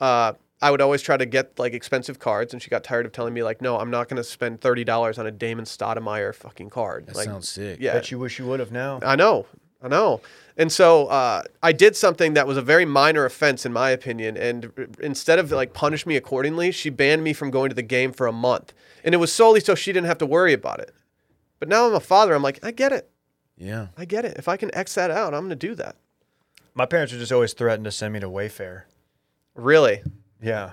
A: Uh, I would always try to get like expensive cards, and she got tired of telling me like, "No, I'm not going to spend thirty dollars on a Damon Stoudemire fucking card."
B: That
A: like,
B: sounds sick.
A: yeah,
C: Bet you wish you would have now.
A: I know. I know. And so uh, I did something that was a very minor offense, in my opinion. And r- instead of like punish me accordingly, she banned me from going to the game for a month. And it was solely so she didn't have to worry about it. But now I'm a father. I'm like, I get it.
B: Yeah.
A: I get it. If I can X that out, I'm going to do that.
C: My parents would just always threaten to send me to Wayfair.
A: Really?
C: Yeah.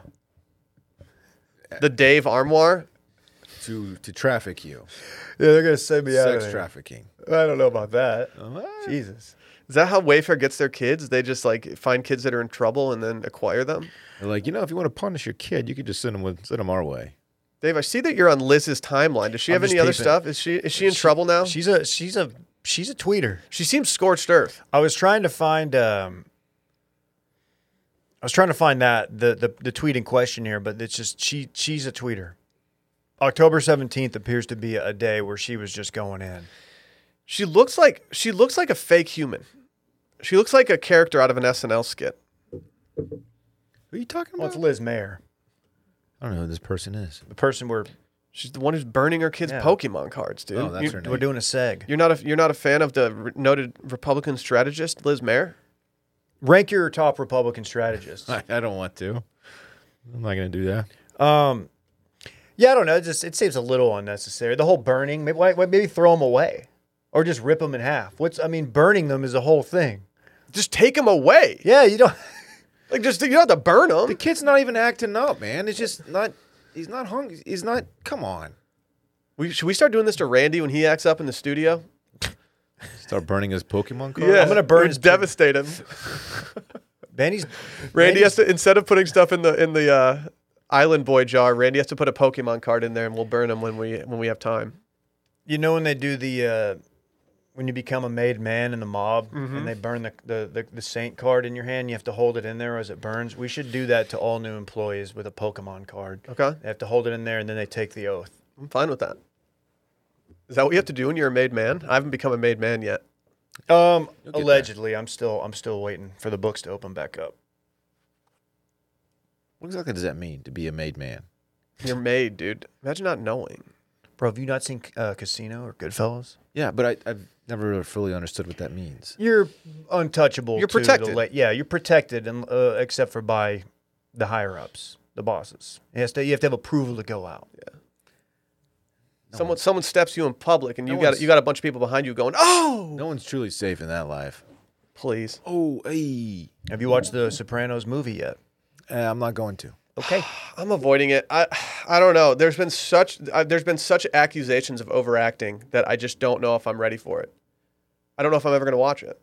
A: The Dave Armoire?
B: To to traffic you.
C: Yeah, they're gonna send me out.
B: Sex
C: of here.
B: trafficking.
C: I don't know about that.
B: Oh.
A: Uh-huh.
C: Jesus.
A: Is that how Wayfair gets their kids? They just like find kids that are in trouble and then acquire them?
B: They're like, you know, if you want to punish your kid, you could just send him with send him our way.
A: Dave, I see that you're on Liz's timeline. Does she
C: I'm
A: have any
C: just
A: other
C: peeping.
A: stuff? Is she is she in trouble now? She,
C: She's a she's a she's a tweeter.
A: seems scorched earth.
C: I was trying to find um I was trying to find that the the, the tweet in question here, but it's just she she's a tweeter. October seventeenth appears to be a day where she was just going in.
A: She looks like she looks like a fake human. She looks like a character out of an SNL skit.
B: Who are you talking
C: Well,
B: about?
C: it's Liz Mayer,
B: I don't know who this person is.
C: the person we're
A: She's the one who's burning her kids'
C: Yeah.
A: Pokemon cards, dude.
B: Oh, that's
A: you,
B: her name.
C: we're doing a seg.
A: You're not a you're not a fan of the re- noted Republican strategist Liz Mayer.
C: Rank your top Republican strategists.
B: I, I don't want to. I'm not gonna do that.
C: Um, yeah, I don't know. It just it seems a little unnecessary. The whole burning, maybe why, why- maybe throw them away, or just rip them in half. What's I mean, burning them is a whole thing.
A: Just take them away.
C: Yeah, you don't.
A: Like just you don't have to burn
B: The
A: them.
B: kid's not even acting up, man. It's just not. He's not hungry. He's not. Come on.
A: We, should we start doing this to Randy when he acts up in the studio?
B: Start burning his Pokemon cards.
A: Yeah,
C: I'm gonna burn
A: It would
C: his-
A: devastate him.
C: Randy's
A: Randy has
C: Randy's-
A: to instead of putting stuff in the in the uh, Island Boy jar, Randy has to put a Pokemon card in there, and we'll burn them when we when we have time.
C: You know when they do the uh, when you become a made man in the mob and they burn the, the the the saint card in your hand, you have to hold it in there as it burns. We should do that to all new employees with a Pokemon card.
A: Okay,
C: They have to hold it in there and then they take the oath.
A: I'm fine with that. Is that what you have to do when you're a made man? I haven't become a made man yet.
C: Um,
B: there.
C: allegedly, I'm still I'm still waiting for the books to open back up.
B: What exactly does that mean to be a made man?
A: You're made, dude. Imagine not knowing.
C: Bro, have you not seen uh, Casino or Goodfellas?
B: Yeah, but I, I've never really fully understood what that means.
C: You're untouchable.
A: You're
C: to the
A: protected.
C: la- yeah, you're protected, and uh, except for by the higher ups, the bosses. It has to, you have to have approval to go out.
A: someone someone steps you in public, and you
B: No
A: got
B: one's-
A: you got a bunch of people behind you going, "Oh,
B: No one's truly safe in that life.
A: please."
B: Oh, hey.
C: Have you watched the Sopranos movie yet?
B: Uh, I'm not going to.
C: Okay.
A: I'm avoiding it. I I don't know. There's been such uh, there's been such accusations of overacting that I just don't know if I'm ready for it. I don't know if I'm ever going to watch it.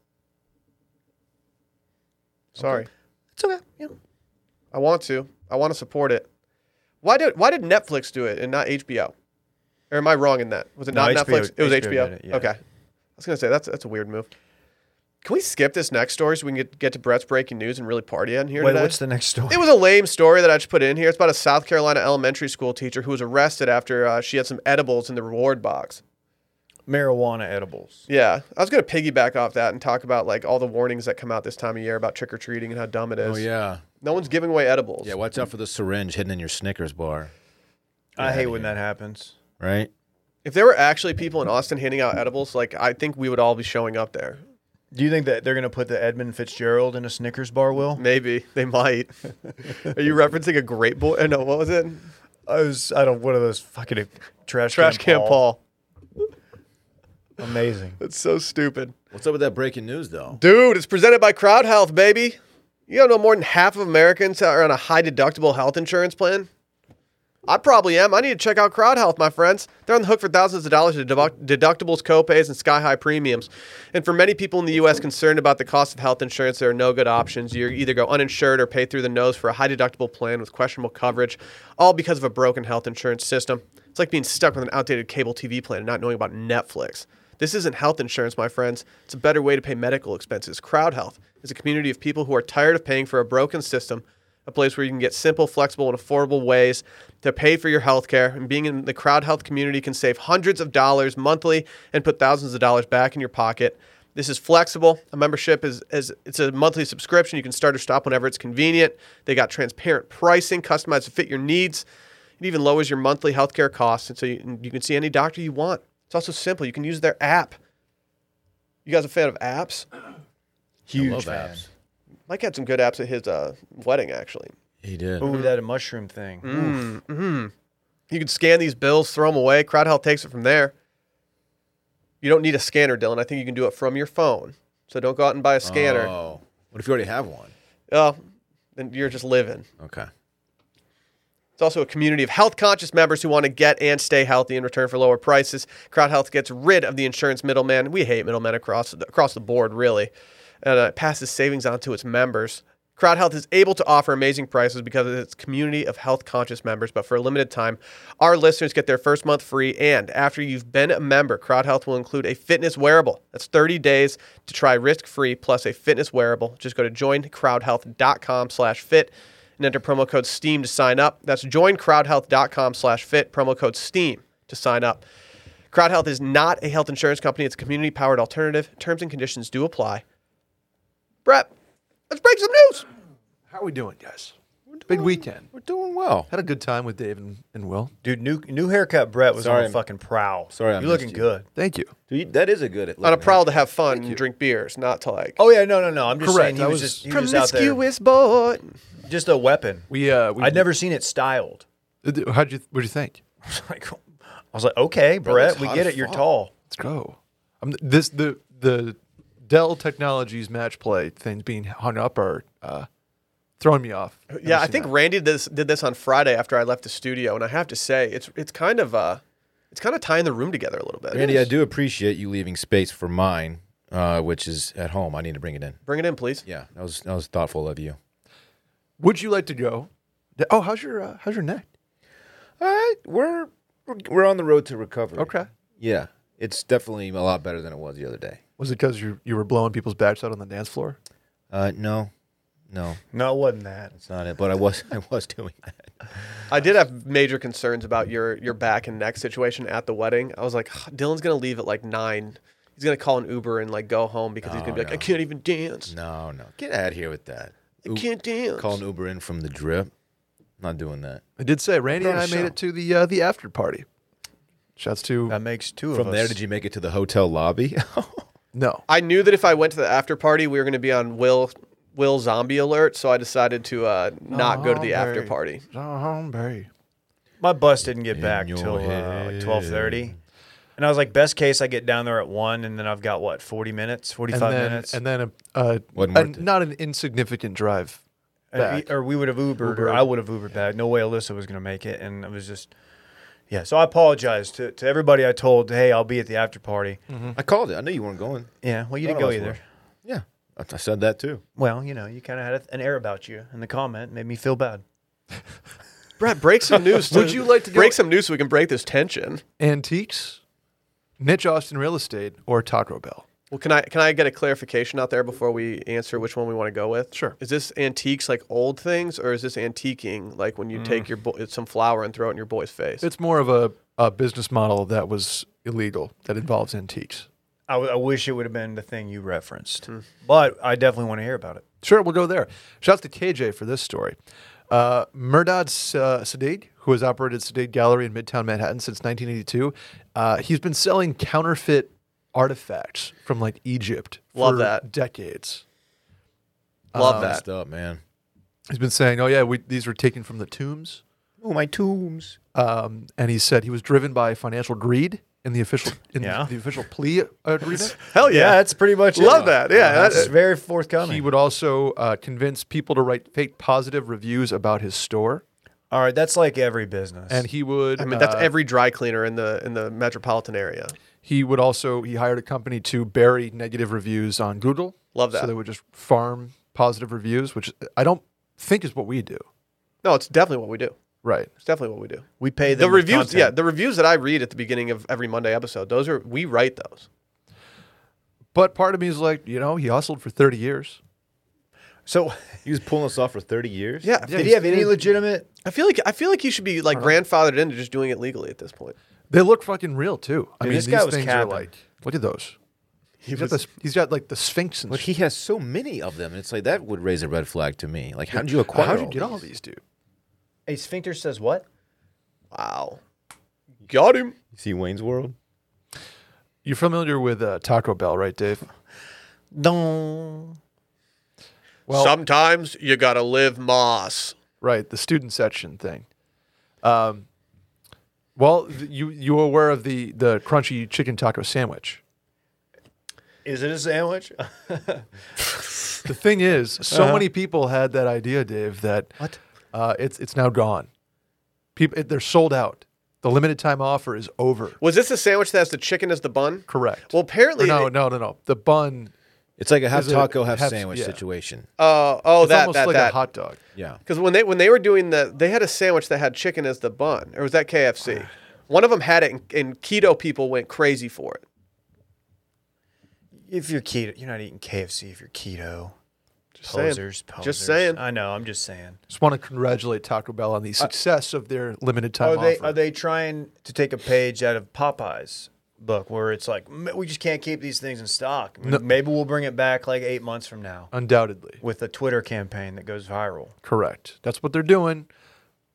A: Sorry.
C: It's okay. Yeah.
A: I want to. I want to support it. Why did Why did Netflix do it and not HBO? Or am I wrong in that? Was it
C: No,
A: not
C: HBO
A: Netflix? It was
C: HBO
A: HBO.
C: did it, yeah.
A: Okay. I was gonna say that's that's a weird move. Can we skip this next story so we can get, get to Brett's breaking news and really party in here
C: Wait,
A: today?
C: what's the next story?
A: It was a lame story that I just put in here. It's about a South Carolina elementary school teacher who was arrested after uh, she had some edibles in the reward box.
C: Marijuana edibles.
A: Yeah, I was gonna piggyback off that and talk about like all the warnings that come out this time of year about trick or treating and how dumb it is.
B: Oh, yeah.
A: No one's giving away edibles.
B: Yeah, watch out for the syringe hidden in your Snickers bar,
C: I hate when that happens.
B: right?
A: If there were actually people in Austin handing out edibles, like I think we would all be showing up there.
C: Do you think that they're gonna put the Edmund Fitzgerald in a Snickers bar? Will
A: Maybe they might. Are you referencing a great boy? uh, No, what was it?
C: I was I don't one of those fucking trash
A: Trash Can Paul.
C: Amazing.
A: That's so stupid,
B: What's up with that breaking news, though?
A: dude. It's presented by Crowd Health, baby. You don't know more than half of Americans are on a high deductible health insurance plan. I probably am. I need to check out Crowd Health, my friends. They're on the hook for thousands of dollars in deduct- deductibles, copays, and sky high premiums. And for many people in the U.S. concerned about the cost of health insurance, there are no good options. You either go uninsured or pay through the nose for a high deductible plan with questionable coverage, all because of a broken health insurance system. It's like being stuck with an outdated cable TV plan and not knowing about Netflix. This isn't health insurance, my friends. It's a better way to pay medical expenses. Crowd Health is a community of people who are tired of paying for a broken system a place where you can get simple, flexible, and affordable ways to pay for your health care. And being in the crowd health community can save hundreds of dollars monthly and put thousands of dollars back in your pocket. This is flexible. A membership is, is it's a monthly subscription. You can start or stop whenever it's convenient. They got transparent pricing, customized to fit your needs. It even lowers your monthly healthcare costs, and so you, and you can see any doctor you want. It's also simple. You can use their app. You guys a fan of apps?
B: Huge I love apps.
A: Mike had some good apps at his uh, wedding, actually.
B: He did.
C: Ooh, that a mushroom thing.
A: You can scan these bills, throw them away. Crowd Health takes it from there. You don't need a scanner, Dylan. I think you can do it from your phone. So don't go out and buy a scanner. Oh,
B: Oh. What if you already have one?
A: then you're just living.
B: Okay.
A: It's also a community of health conscious members who want to get and stay healthy in return for lower prices. Crowd Health gets rid of the insurance middleman. We hate middlemen across the, across the board, really. And uh, it passes savings on to its members. Crowd Health is able to offer amazing prices because of its community of health conscious members. But for a limited time, our listeners get their first month free. And after you've been a member, Crowd Health will include a fitness wearable. That's 30 days to try risk free plus a fitness wearable. Just go to joincrowdhealth.com slash fit and enter promo code STEAM to sign up. That's joincrowdhealth.com slash fit, promo code STEAM to sign up. CrowdHealth is not a health insurance company. It's a community-powered alternative. Terms and conditions do apply. Brett, let's break some news.
D: How are we doing, guys? Big weekend.
B: We're doing well.
D: Had a good time with Dave and, and Will.
C: Dude, new new haircut Brett was
B: Sorry,
C: on a
B: I'm-
C: fucking prowl.
B: sorry I
C: You're looking
B: missed you.
C: good.
D: Thank you.
B: Dude, that is a good.
A: On a prowl to have fun and drink beers, not to like
C: Oh yeah, no, no, no. I'm just
D: Correct,
C: saying he
D: I
C: was,
D: was-
C: just he was out there.
A: boy.
C: Just a weapon.
D: We uh, we
C: I'd never seen it styled.
D: How'd you? What do you think?
C: Like, oh. I was like, okay, Brett,
B: that's
C: we
B: hot
C: get
B: as
C: it. You're
B: fuck.
C: tall.
D: Let's go. I'm this the the Dell Technologies match play things being hung up are uh, throwing me off. Never
A: Yeah, I
D: seen
A: think
D: that.
A: Randy did this, did this on Friday after I left the studio, and I have to say it's it's kind of uh it's kind of tying the room together a little bit.
B: Randy, I do appreciate you leaving space for mine, uh, which is at home. I need to bring it in.
A: Bring it in, please.
B: Yeah, that was that was thoughtful of you.
D: Would you like to go? Oh, how's your uh, how's your neck?
B: All right, we're we're- we're on the road to recovery.
D: Okay.
B: Yeah, it's definitely a lot better than it was the other day.
D: Was it because you you were blowing people's backs out on the dance floor?
B: Uh, no, no,
C: No, it wasn't that.
B: it's not it. But I was I was doing that.
A: I did have major concerns about your your back and neck situation at the wedding. I was like, Dylan's gonna leave at like nine. He's gonna call an Uber and like go home because he's gonna be
D: Oh,
A: like, I can't even dance.
B: No, no, get out of here with that.
A: I can't dance.
B: Call an Uber in from the drip. Not doing that.
D: I did say Randy and I
A: Promise
D: made
A: so.
D: it to the uh, the after party. Shouts to
C: That makes two
B: From
C: of us.
B: there, did you make it to the hotel lobby?
D: no.
A: I knew that if I went to the after party, we were gonna be on Will Will Zombie alert. So I decided to uh, not go to the after
D: Zombie.
A: party.
D: John Barry.
C: My bus didn't get
B: In
C: back
B: your
C: till uh, like
B: head.
C: twelve thirty, and I was like, best case, I get down there at one, and then I've got what forty minutes, forty
D: And
C: five
D: then
C: minutes,
D: and then a, uh,
B: Wasn't
D: a-
B: worth it.
D: not an insignificant drive.
C: And we-
D: back.
C: or we would have Ubered, or
D: Ubered.
C: I would have Ubered back. No way Alyssa was going to make it, and it was just. Yeah, so I apologize to, to everybody I told, hey, I'll be at the after party.
B: I called it. I knew you weren't going.
C: Yeah, well, you
B: Mm-hmm. None
C: didn't
B: of
C: go
B: us
C: either.
B: were. Yeah, I- I said that too.
C: Well, you know, you kind of had a- an air about you, and the comment made me feel bad.
A: Brett, break some news.
D: Would you like to go-
A: break some news so we can break this tension?
D: Antiques, Niche Austin Real Estate, or Taco Bell.
A: Well, can I can I get a clarification out there before we answer which one we want to go with?
D: Sure.
A: Is this antiques like old things, or is this antiquing like when you take your bo- some flour and throw it in your boy's face?
D: It's more of a, a business model that was illegal that involves antiques.
C: I, w- I wish it would have been the thing you referenced,
B: Hmm.
C: but I definitely want to hear about it.
D: Sure, we'll go there. Shouts to KJ for this story. Uh, Murdad S- uh, Sadiq, who has operated Sadiq Gallery in Midtown Manhattan since 1982, uh, he's been selling counterfeit artifacts from like Egypt
A: Love
D: for
A: that.
D: decades.
A: Love that.
B: Messed up, man.
D: He's been saying, "Oh yeah, we, these were taken from the tombs,"
B: Oh, my tombs.
D: um, and he said he was driven by financial greed in the official in
C: Yeah.
D: the official plea agreement.
A: Hell
C: that's pretty much it.
A: Love that, yeah,
C: that's
A: that-
C: very forthcoming.
D: He would also uh, convince people to write fake positive reviews about his store.
C: All right, that's like every business.
D: and he would.
A: I mean, that's
D: uh,
A: every dry cleaner in the in the metropolitan area.
D: He would also he hired a company to bury negative reviews on Google.
A: Love
D: So
A: that.
D: they would just farm positive reviews, which I don't think is what we do.
A: No, it's definitely what we do.
D: Right.
A: It's definitely what we do.
C: we pay
A: The
C: them with
A: reviews,
C: content.
A: yeah, the reviews that I read at the beginning of every Monday episode, those are we write those.
D: But part of me is like, you know, he hustled for 30 years.
C: So
B: He was pulling us off for 30 years.
A: Yeah,
C: did he have any legitimate?
A: I feel like I feel like he should be like grandfathered into just doing it legally at this point.
D: They look fucking real too. I
C: Dude,
D: mean,
C: this
D: these
C: guy was
D: things
C: capping.
D: are like, look at those.
A: He
D: He's got, this, he's got like the Sphinx and
B: But
D: shit.
B: he has so many of them. And it's like, that would raise a red flag to me. Like, how did you acquire
D: How'd you
B: all
D: get
B: these?
D: all these, dude?
C: A sphincter says what?
A: wow, got him.
B: You see Wayne's World?
D: You're familiar with uh, Taco Bell, right, Dave?
C: Dong.
D: Well-
A: Sometimes you gotta live moss.
D: Right, the student section thing. Um, well, th- you you were aware of the the crunchy chicken taco sandwich.
C: Is it a sandwich?
D: The thing is, so many people had that idea, Dave, that what? Uh, it's it's now gone. People, it, they're sold out. The limited time offer is over.
A: Was this a sandwich that has the chicken as the bun?
D: Correct.
A: Well, apparently,
D: Or no,
A: it-
D: no, no, no. The bun.
B: It's like a half
D: Is it-
B: taco, half
D: half-
B: sandwich
D: yeah.
B: situation.
A: uh, oh
D: It's
A: that
D: almost
A: that
D: like
A: that.
D: a hot dog.
B: Yeah.
A: Because when they when they were doing the, they had a sandwich that had chicken as the bun, or was that KFC? One of them had it, and, and keto people went crazy for it.
C: if you're keto, you're not eating KFC. If you're keto,
A: Just
C: posers,
A: saying.
C: posers.
A: Just saying.
C: I know. I'm just saying.
D: Just want to congratulate Taco Bell on the success of their limited time
C: Are they
D: offer.
C: are they trying to take a page out of Popeyes book where it's like "M- we just can't keep these things in stock. M- Maybe we'll bring it back like eight months from now
D: Undoubtedly.
C: with a Twitter campaign that goes viral.
D: Correct. That's what they're doing.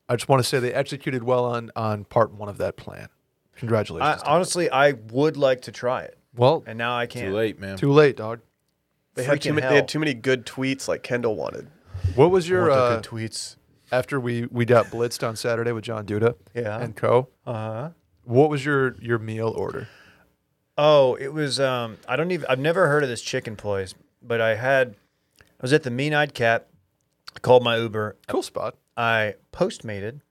D: I just want to say they executed well on on part one of that plan.
C: I,
D: Congratulations. Tom.
C: honestly, I would like to try it,
D: well,
C: and now I can't.
B: Too late, man.
D: too late, dog.
A: They had too
C: Freaking
A: many. They had
C: hell.
A: too many good tweets, like Kendall wanted.
D: What was your uh,
C: tweets.
D: after we we got blitzed on Saturday with John Duda?
C: Yeah.
D: and Co.
C: Uh huh.
D: What was your your meal order?
C: Oh, it was. Um, I don't even. I've never heard of this chicken place, but I had. I was at the Mean Eyed Cat. I called my Uber.
D: Cool spot.
C: I postmated.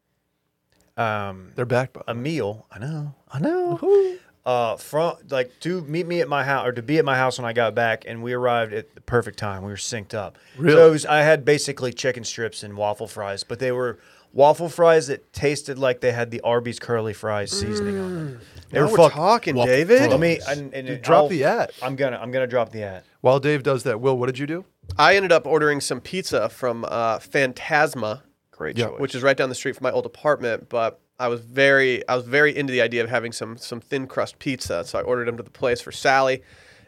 C: Um,
D: They're back by.
C: a meal. I know. I know. Uh, from like to meet me at my house or to be at my house when I got back, and we arrived at the perfect time. We were synced up.
D: Really?
C: So it was- I had basically chicken strips and waffle fries, but they were waffle fries that tasted like they had the Arby's curly fries seasoning on them. They
A: Now
C: were
A: we're
C: fuck-
A: talking,
B: Well,
A: David.
C: Let me and, and
D: Dude, drop the ad.
C: I'm gonna I'm gonna drop the ad.
D: While Dave does that, Will, what did you do?
A: I ended up ordering some pizza from uh, Phantasma,
C: Great
D: Yeah.
A: which is right down the street from my old apartment. But I was very, I was very into the idea of having some some thin crust pizza, so I ordered them to the place for Sally.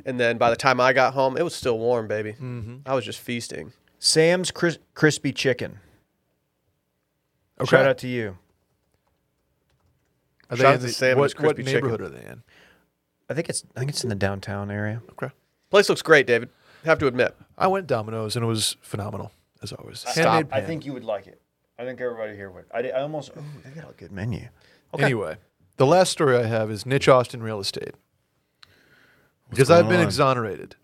A: And then by the time I got home, it was still warm, baby.
D: Mm-hmm.
A: I was just feasting.
C: Sam's Cris- crispy chicken.
D: Okay.
C: Shout out to you.
D: Are
A: Shout out
D: in
A: to
D: the-
A: Sam and
D: what,
A: his
D: what
A: crispy chicken.
D: neighborhood are they in?
C: I think it's I think it's in the downtown area.
D: Okay.
A: Place looks great, David. Have to admit.
D: I went Domino's and it was phenomenal as always.
A: Stop.
C: I think you would like it. I think everybody here would. I, did- I almost. Oh, they got a good menu.
D: Anyway, the last story I have is Niche Austin Real Estate. Because I've
B: going
D: been
B: on?
D: exonerated.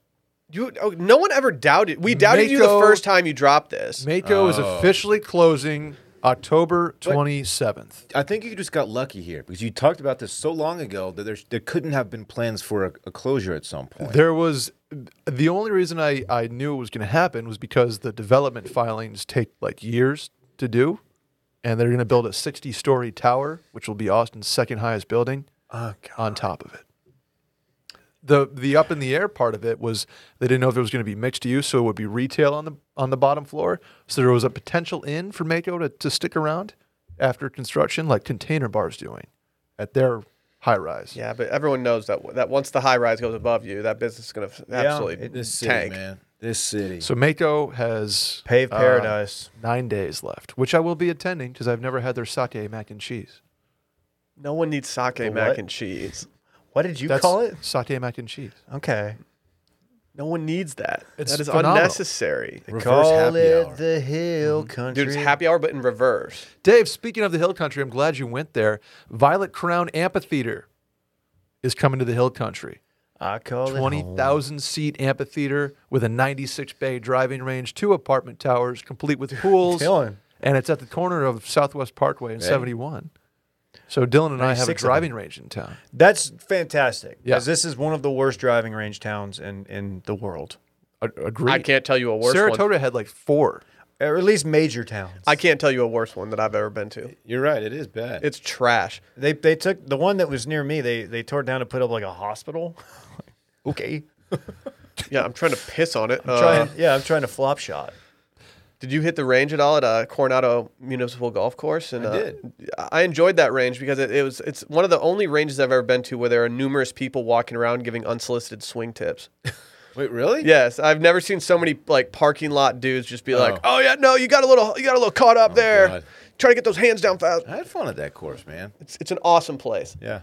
A: You, oh, no one ever doubted. We doubted you the
D: Mako-
A: first time you dropped this.
D: Mako is officially closing October 27th.
B: I think you just got lucky here because you talked about this so long ago that there, there couldn't have been plans for a, a closure at some point.
D: There was the only reason I, I knew it was going to happen was because the development filings take like years to do. And they're going to build a 60 story tower, which will be Austin's second highest building on top of it. The, the up in the air part of it was they didn't know if it was going to be mixed use, so it would be retail on the on the bottom floor. So there was a potential in for Mako to, to stick around after construction, like Container Bar's doing at their high rise.
A: Yeah, but everyone knows that that once the high rise goes above you, that business is going to absolutely
C: it-
B: this city,
A: tank.
B: man. This city.
D: So Mako has
C: Pave
D: uh,
C: Paradise.
D: nine days left, which I will be attending because I've never had their sake mac and cheese.
A: No one needs sake, mac, and cheese.
C: what did you
D: That's
C: call it?
D: sake mac and cheese.
C: Okay.
A: No one needs that.
D: It's
A: that is
D: phenomenal.
A: unnecessary.
B: Reverse
C: call
B: happy
C: it
B: hour.
C: the Hill
D: Mm-hmm.
C: Country.
A: Dude, it's happy hour, but in reverse.
D: Dave, speaking of the Hill Country, I'm glad you went there. Violet Crown Amphitheater is coming to the Hill Country.
C: I call it home.
D: 20,000 seat amphitheater with a 96 bay driving range, two apartment towers, complete with pools,
C: Killing.
D: and it's at the corner of Southwest Parkway and
B: Hey.
D: 71. So Dylan and I have
C: 96 of
D: a
C: them.
D: driving range in town.
C: That's fantastic.
D: Yeah.
C: Because this is one of the worst driving range towns in, in the world,
D: A- Agreed.
A: I can't tell you a worse one.
D: Saratoga had like four.
C: or at least major towns.
A: I can't tell you a worse one that I've ever been to.
B: You're right. It is bad.
A: It's trash.
C: They they took the one that was near me. They they tore it down to put up like a hospital. okay.
A: Yeah, I'm trying to piss on it. Uh,
C: Trying, yeah, I'm trying to flop shot.
A: Did you hit the range at all at uh, Coronado Municipal Golf Course? And, I
B: did.
A: I enjoyed that range because it, it was it's one of the only ranges I've ever been to where there are numerous people walking around giving unsolicited swing tips.
B: Wait, really?
A: yes, I've never seen so many like parking lot dudes just be like, "Oh yeah, no, you got a little you got a little caught up there.
B: God.
A: Try to get those hands down fast."
B: I had fun at that course, man.
A: It's, it's an awesome place.
B: Yeah.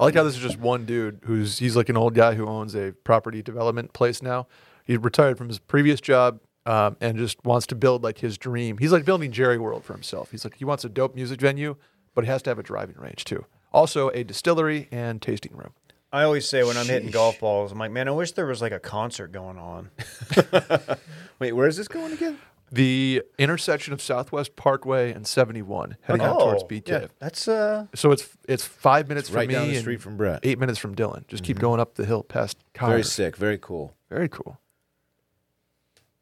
D: I like how this is just one dude who's he's like an old guy who owns a property development place now. He retired from his previous job um, and just wants to build like his dream. He's like building Jerry World for himself. He's like he wants a dope music venue, but he has to have a driving range too. Also a distillery and tasting room.
C: I always say when I'm hitting golf balls, I'm like, man, I wish there was like a concert going on.
B: Wait, where is this going again?
D: The intersection of Southwest Parkway and 71 heading out
C: Oh,
D: towards BK.
B: yeah.
C: That's uh,
D: So it's it's five minutes
B: right
D: from me
B: down the
D: and
B: street from Brett. Mm-hmm.
D: eight minutes from Dylan. Just keep going up the hill past Connor.
B: Very
D: Very,
B: sick. Very cool.
D: cool.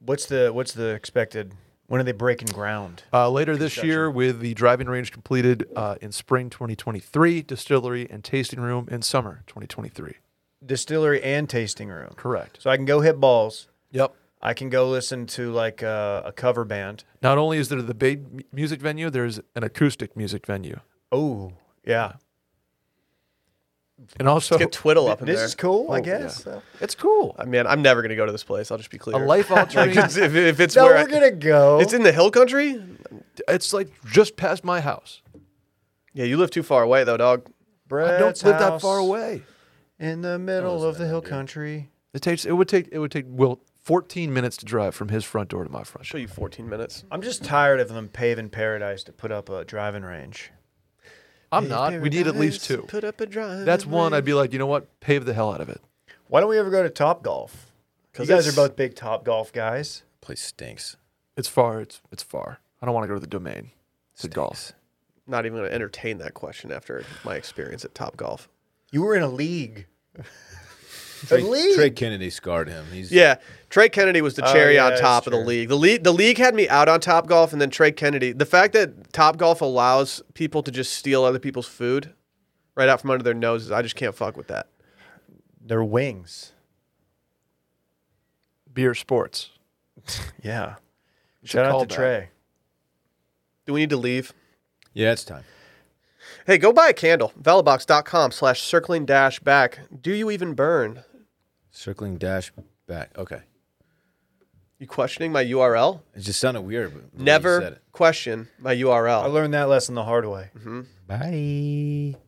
C: what's the what's the expected? When are they breaking ground?
D: Uh, later this year, with the driving range completed uh, in spring 2023, distillery and tasting room in summer 2023.
C: Distillery and tasting room.
D: Correct.
C: So I can go hit balls.
D: Yep.
C: I can go listen to like uh, a cover band.
D: Not only is there the big mu- music venue, there's an acoustic music venue,
C: Oh yeah,
D: and also
A: Get Twiddle up in
C: this
A: there.
C: is cool. I
D: Oh, yeah.
C: guess.
D: it's cool.
A: I mean, I'm never gonna go to this place. I'll just be clear.
D: A life altering.
A: if, if it's
C: No,
A: where I-
C: we're gonna go.
A: it's in the hill country.
D: it's like just past my house.
A: Yeah, you live too far away though, dog.
D: I
C: Brett's
D: don't live that
C: house
D: far away.
C: In the middle of the hill country.
D: It takes. It would take. It would take Will 14 minutes to drive from his front door to my front.
A: Show you 14 minutes.
C: I'm just tired of them paving paradise to put up a driving range.
D: I'm not. We need at least two.
A: Put up a drive.
D: That's one. I'd be like, you know what? Pave the hell out of it.
C: Why don't we ever go to Top Golf?
A: 'Cause
C: Because you guys are
A: it's-
C: both big Top Golf guys.
B: Place stinks.
D: It's far. It's it's far. I don't want to go to the domain. It's golf.
A: not even going to entertain that question after my experience at Top Golf.
C: You were in a league. a
B: Trey,
C: league.
B: Trey Kennedy scarred him. He's
A: Yeah, Trey Kennedy was the
C: Oh,
A: cherry
C: yeah,
A: on
C: that's
A: top of the
C: true.
A: league. The league the league had me out on Top Golf, and then Trey Kennedy. The fact that Top Golf allows people to just steal other people's food right out from under their noses, I just can't fuck with that.
C: They're wings.
D: Beer sports.
C: Yeah.
D: a
C: Shout out to
D: callback.
C: Trey.
A: Do we need to leave?
B: Yeah, it's time.
A: Hey, go buy a candle. Velabox.com slash circling dash back. Do you even burn?
B: Circling dash back. Okay.
A: You questioning my URL?
B: It just sounded weird. But the way you said
A: Never
B: it.
A: question my URL.
C: I learned that lesson the hard way.
B: Bye.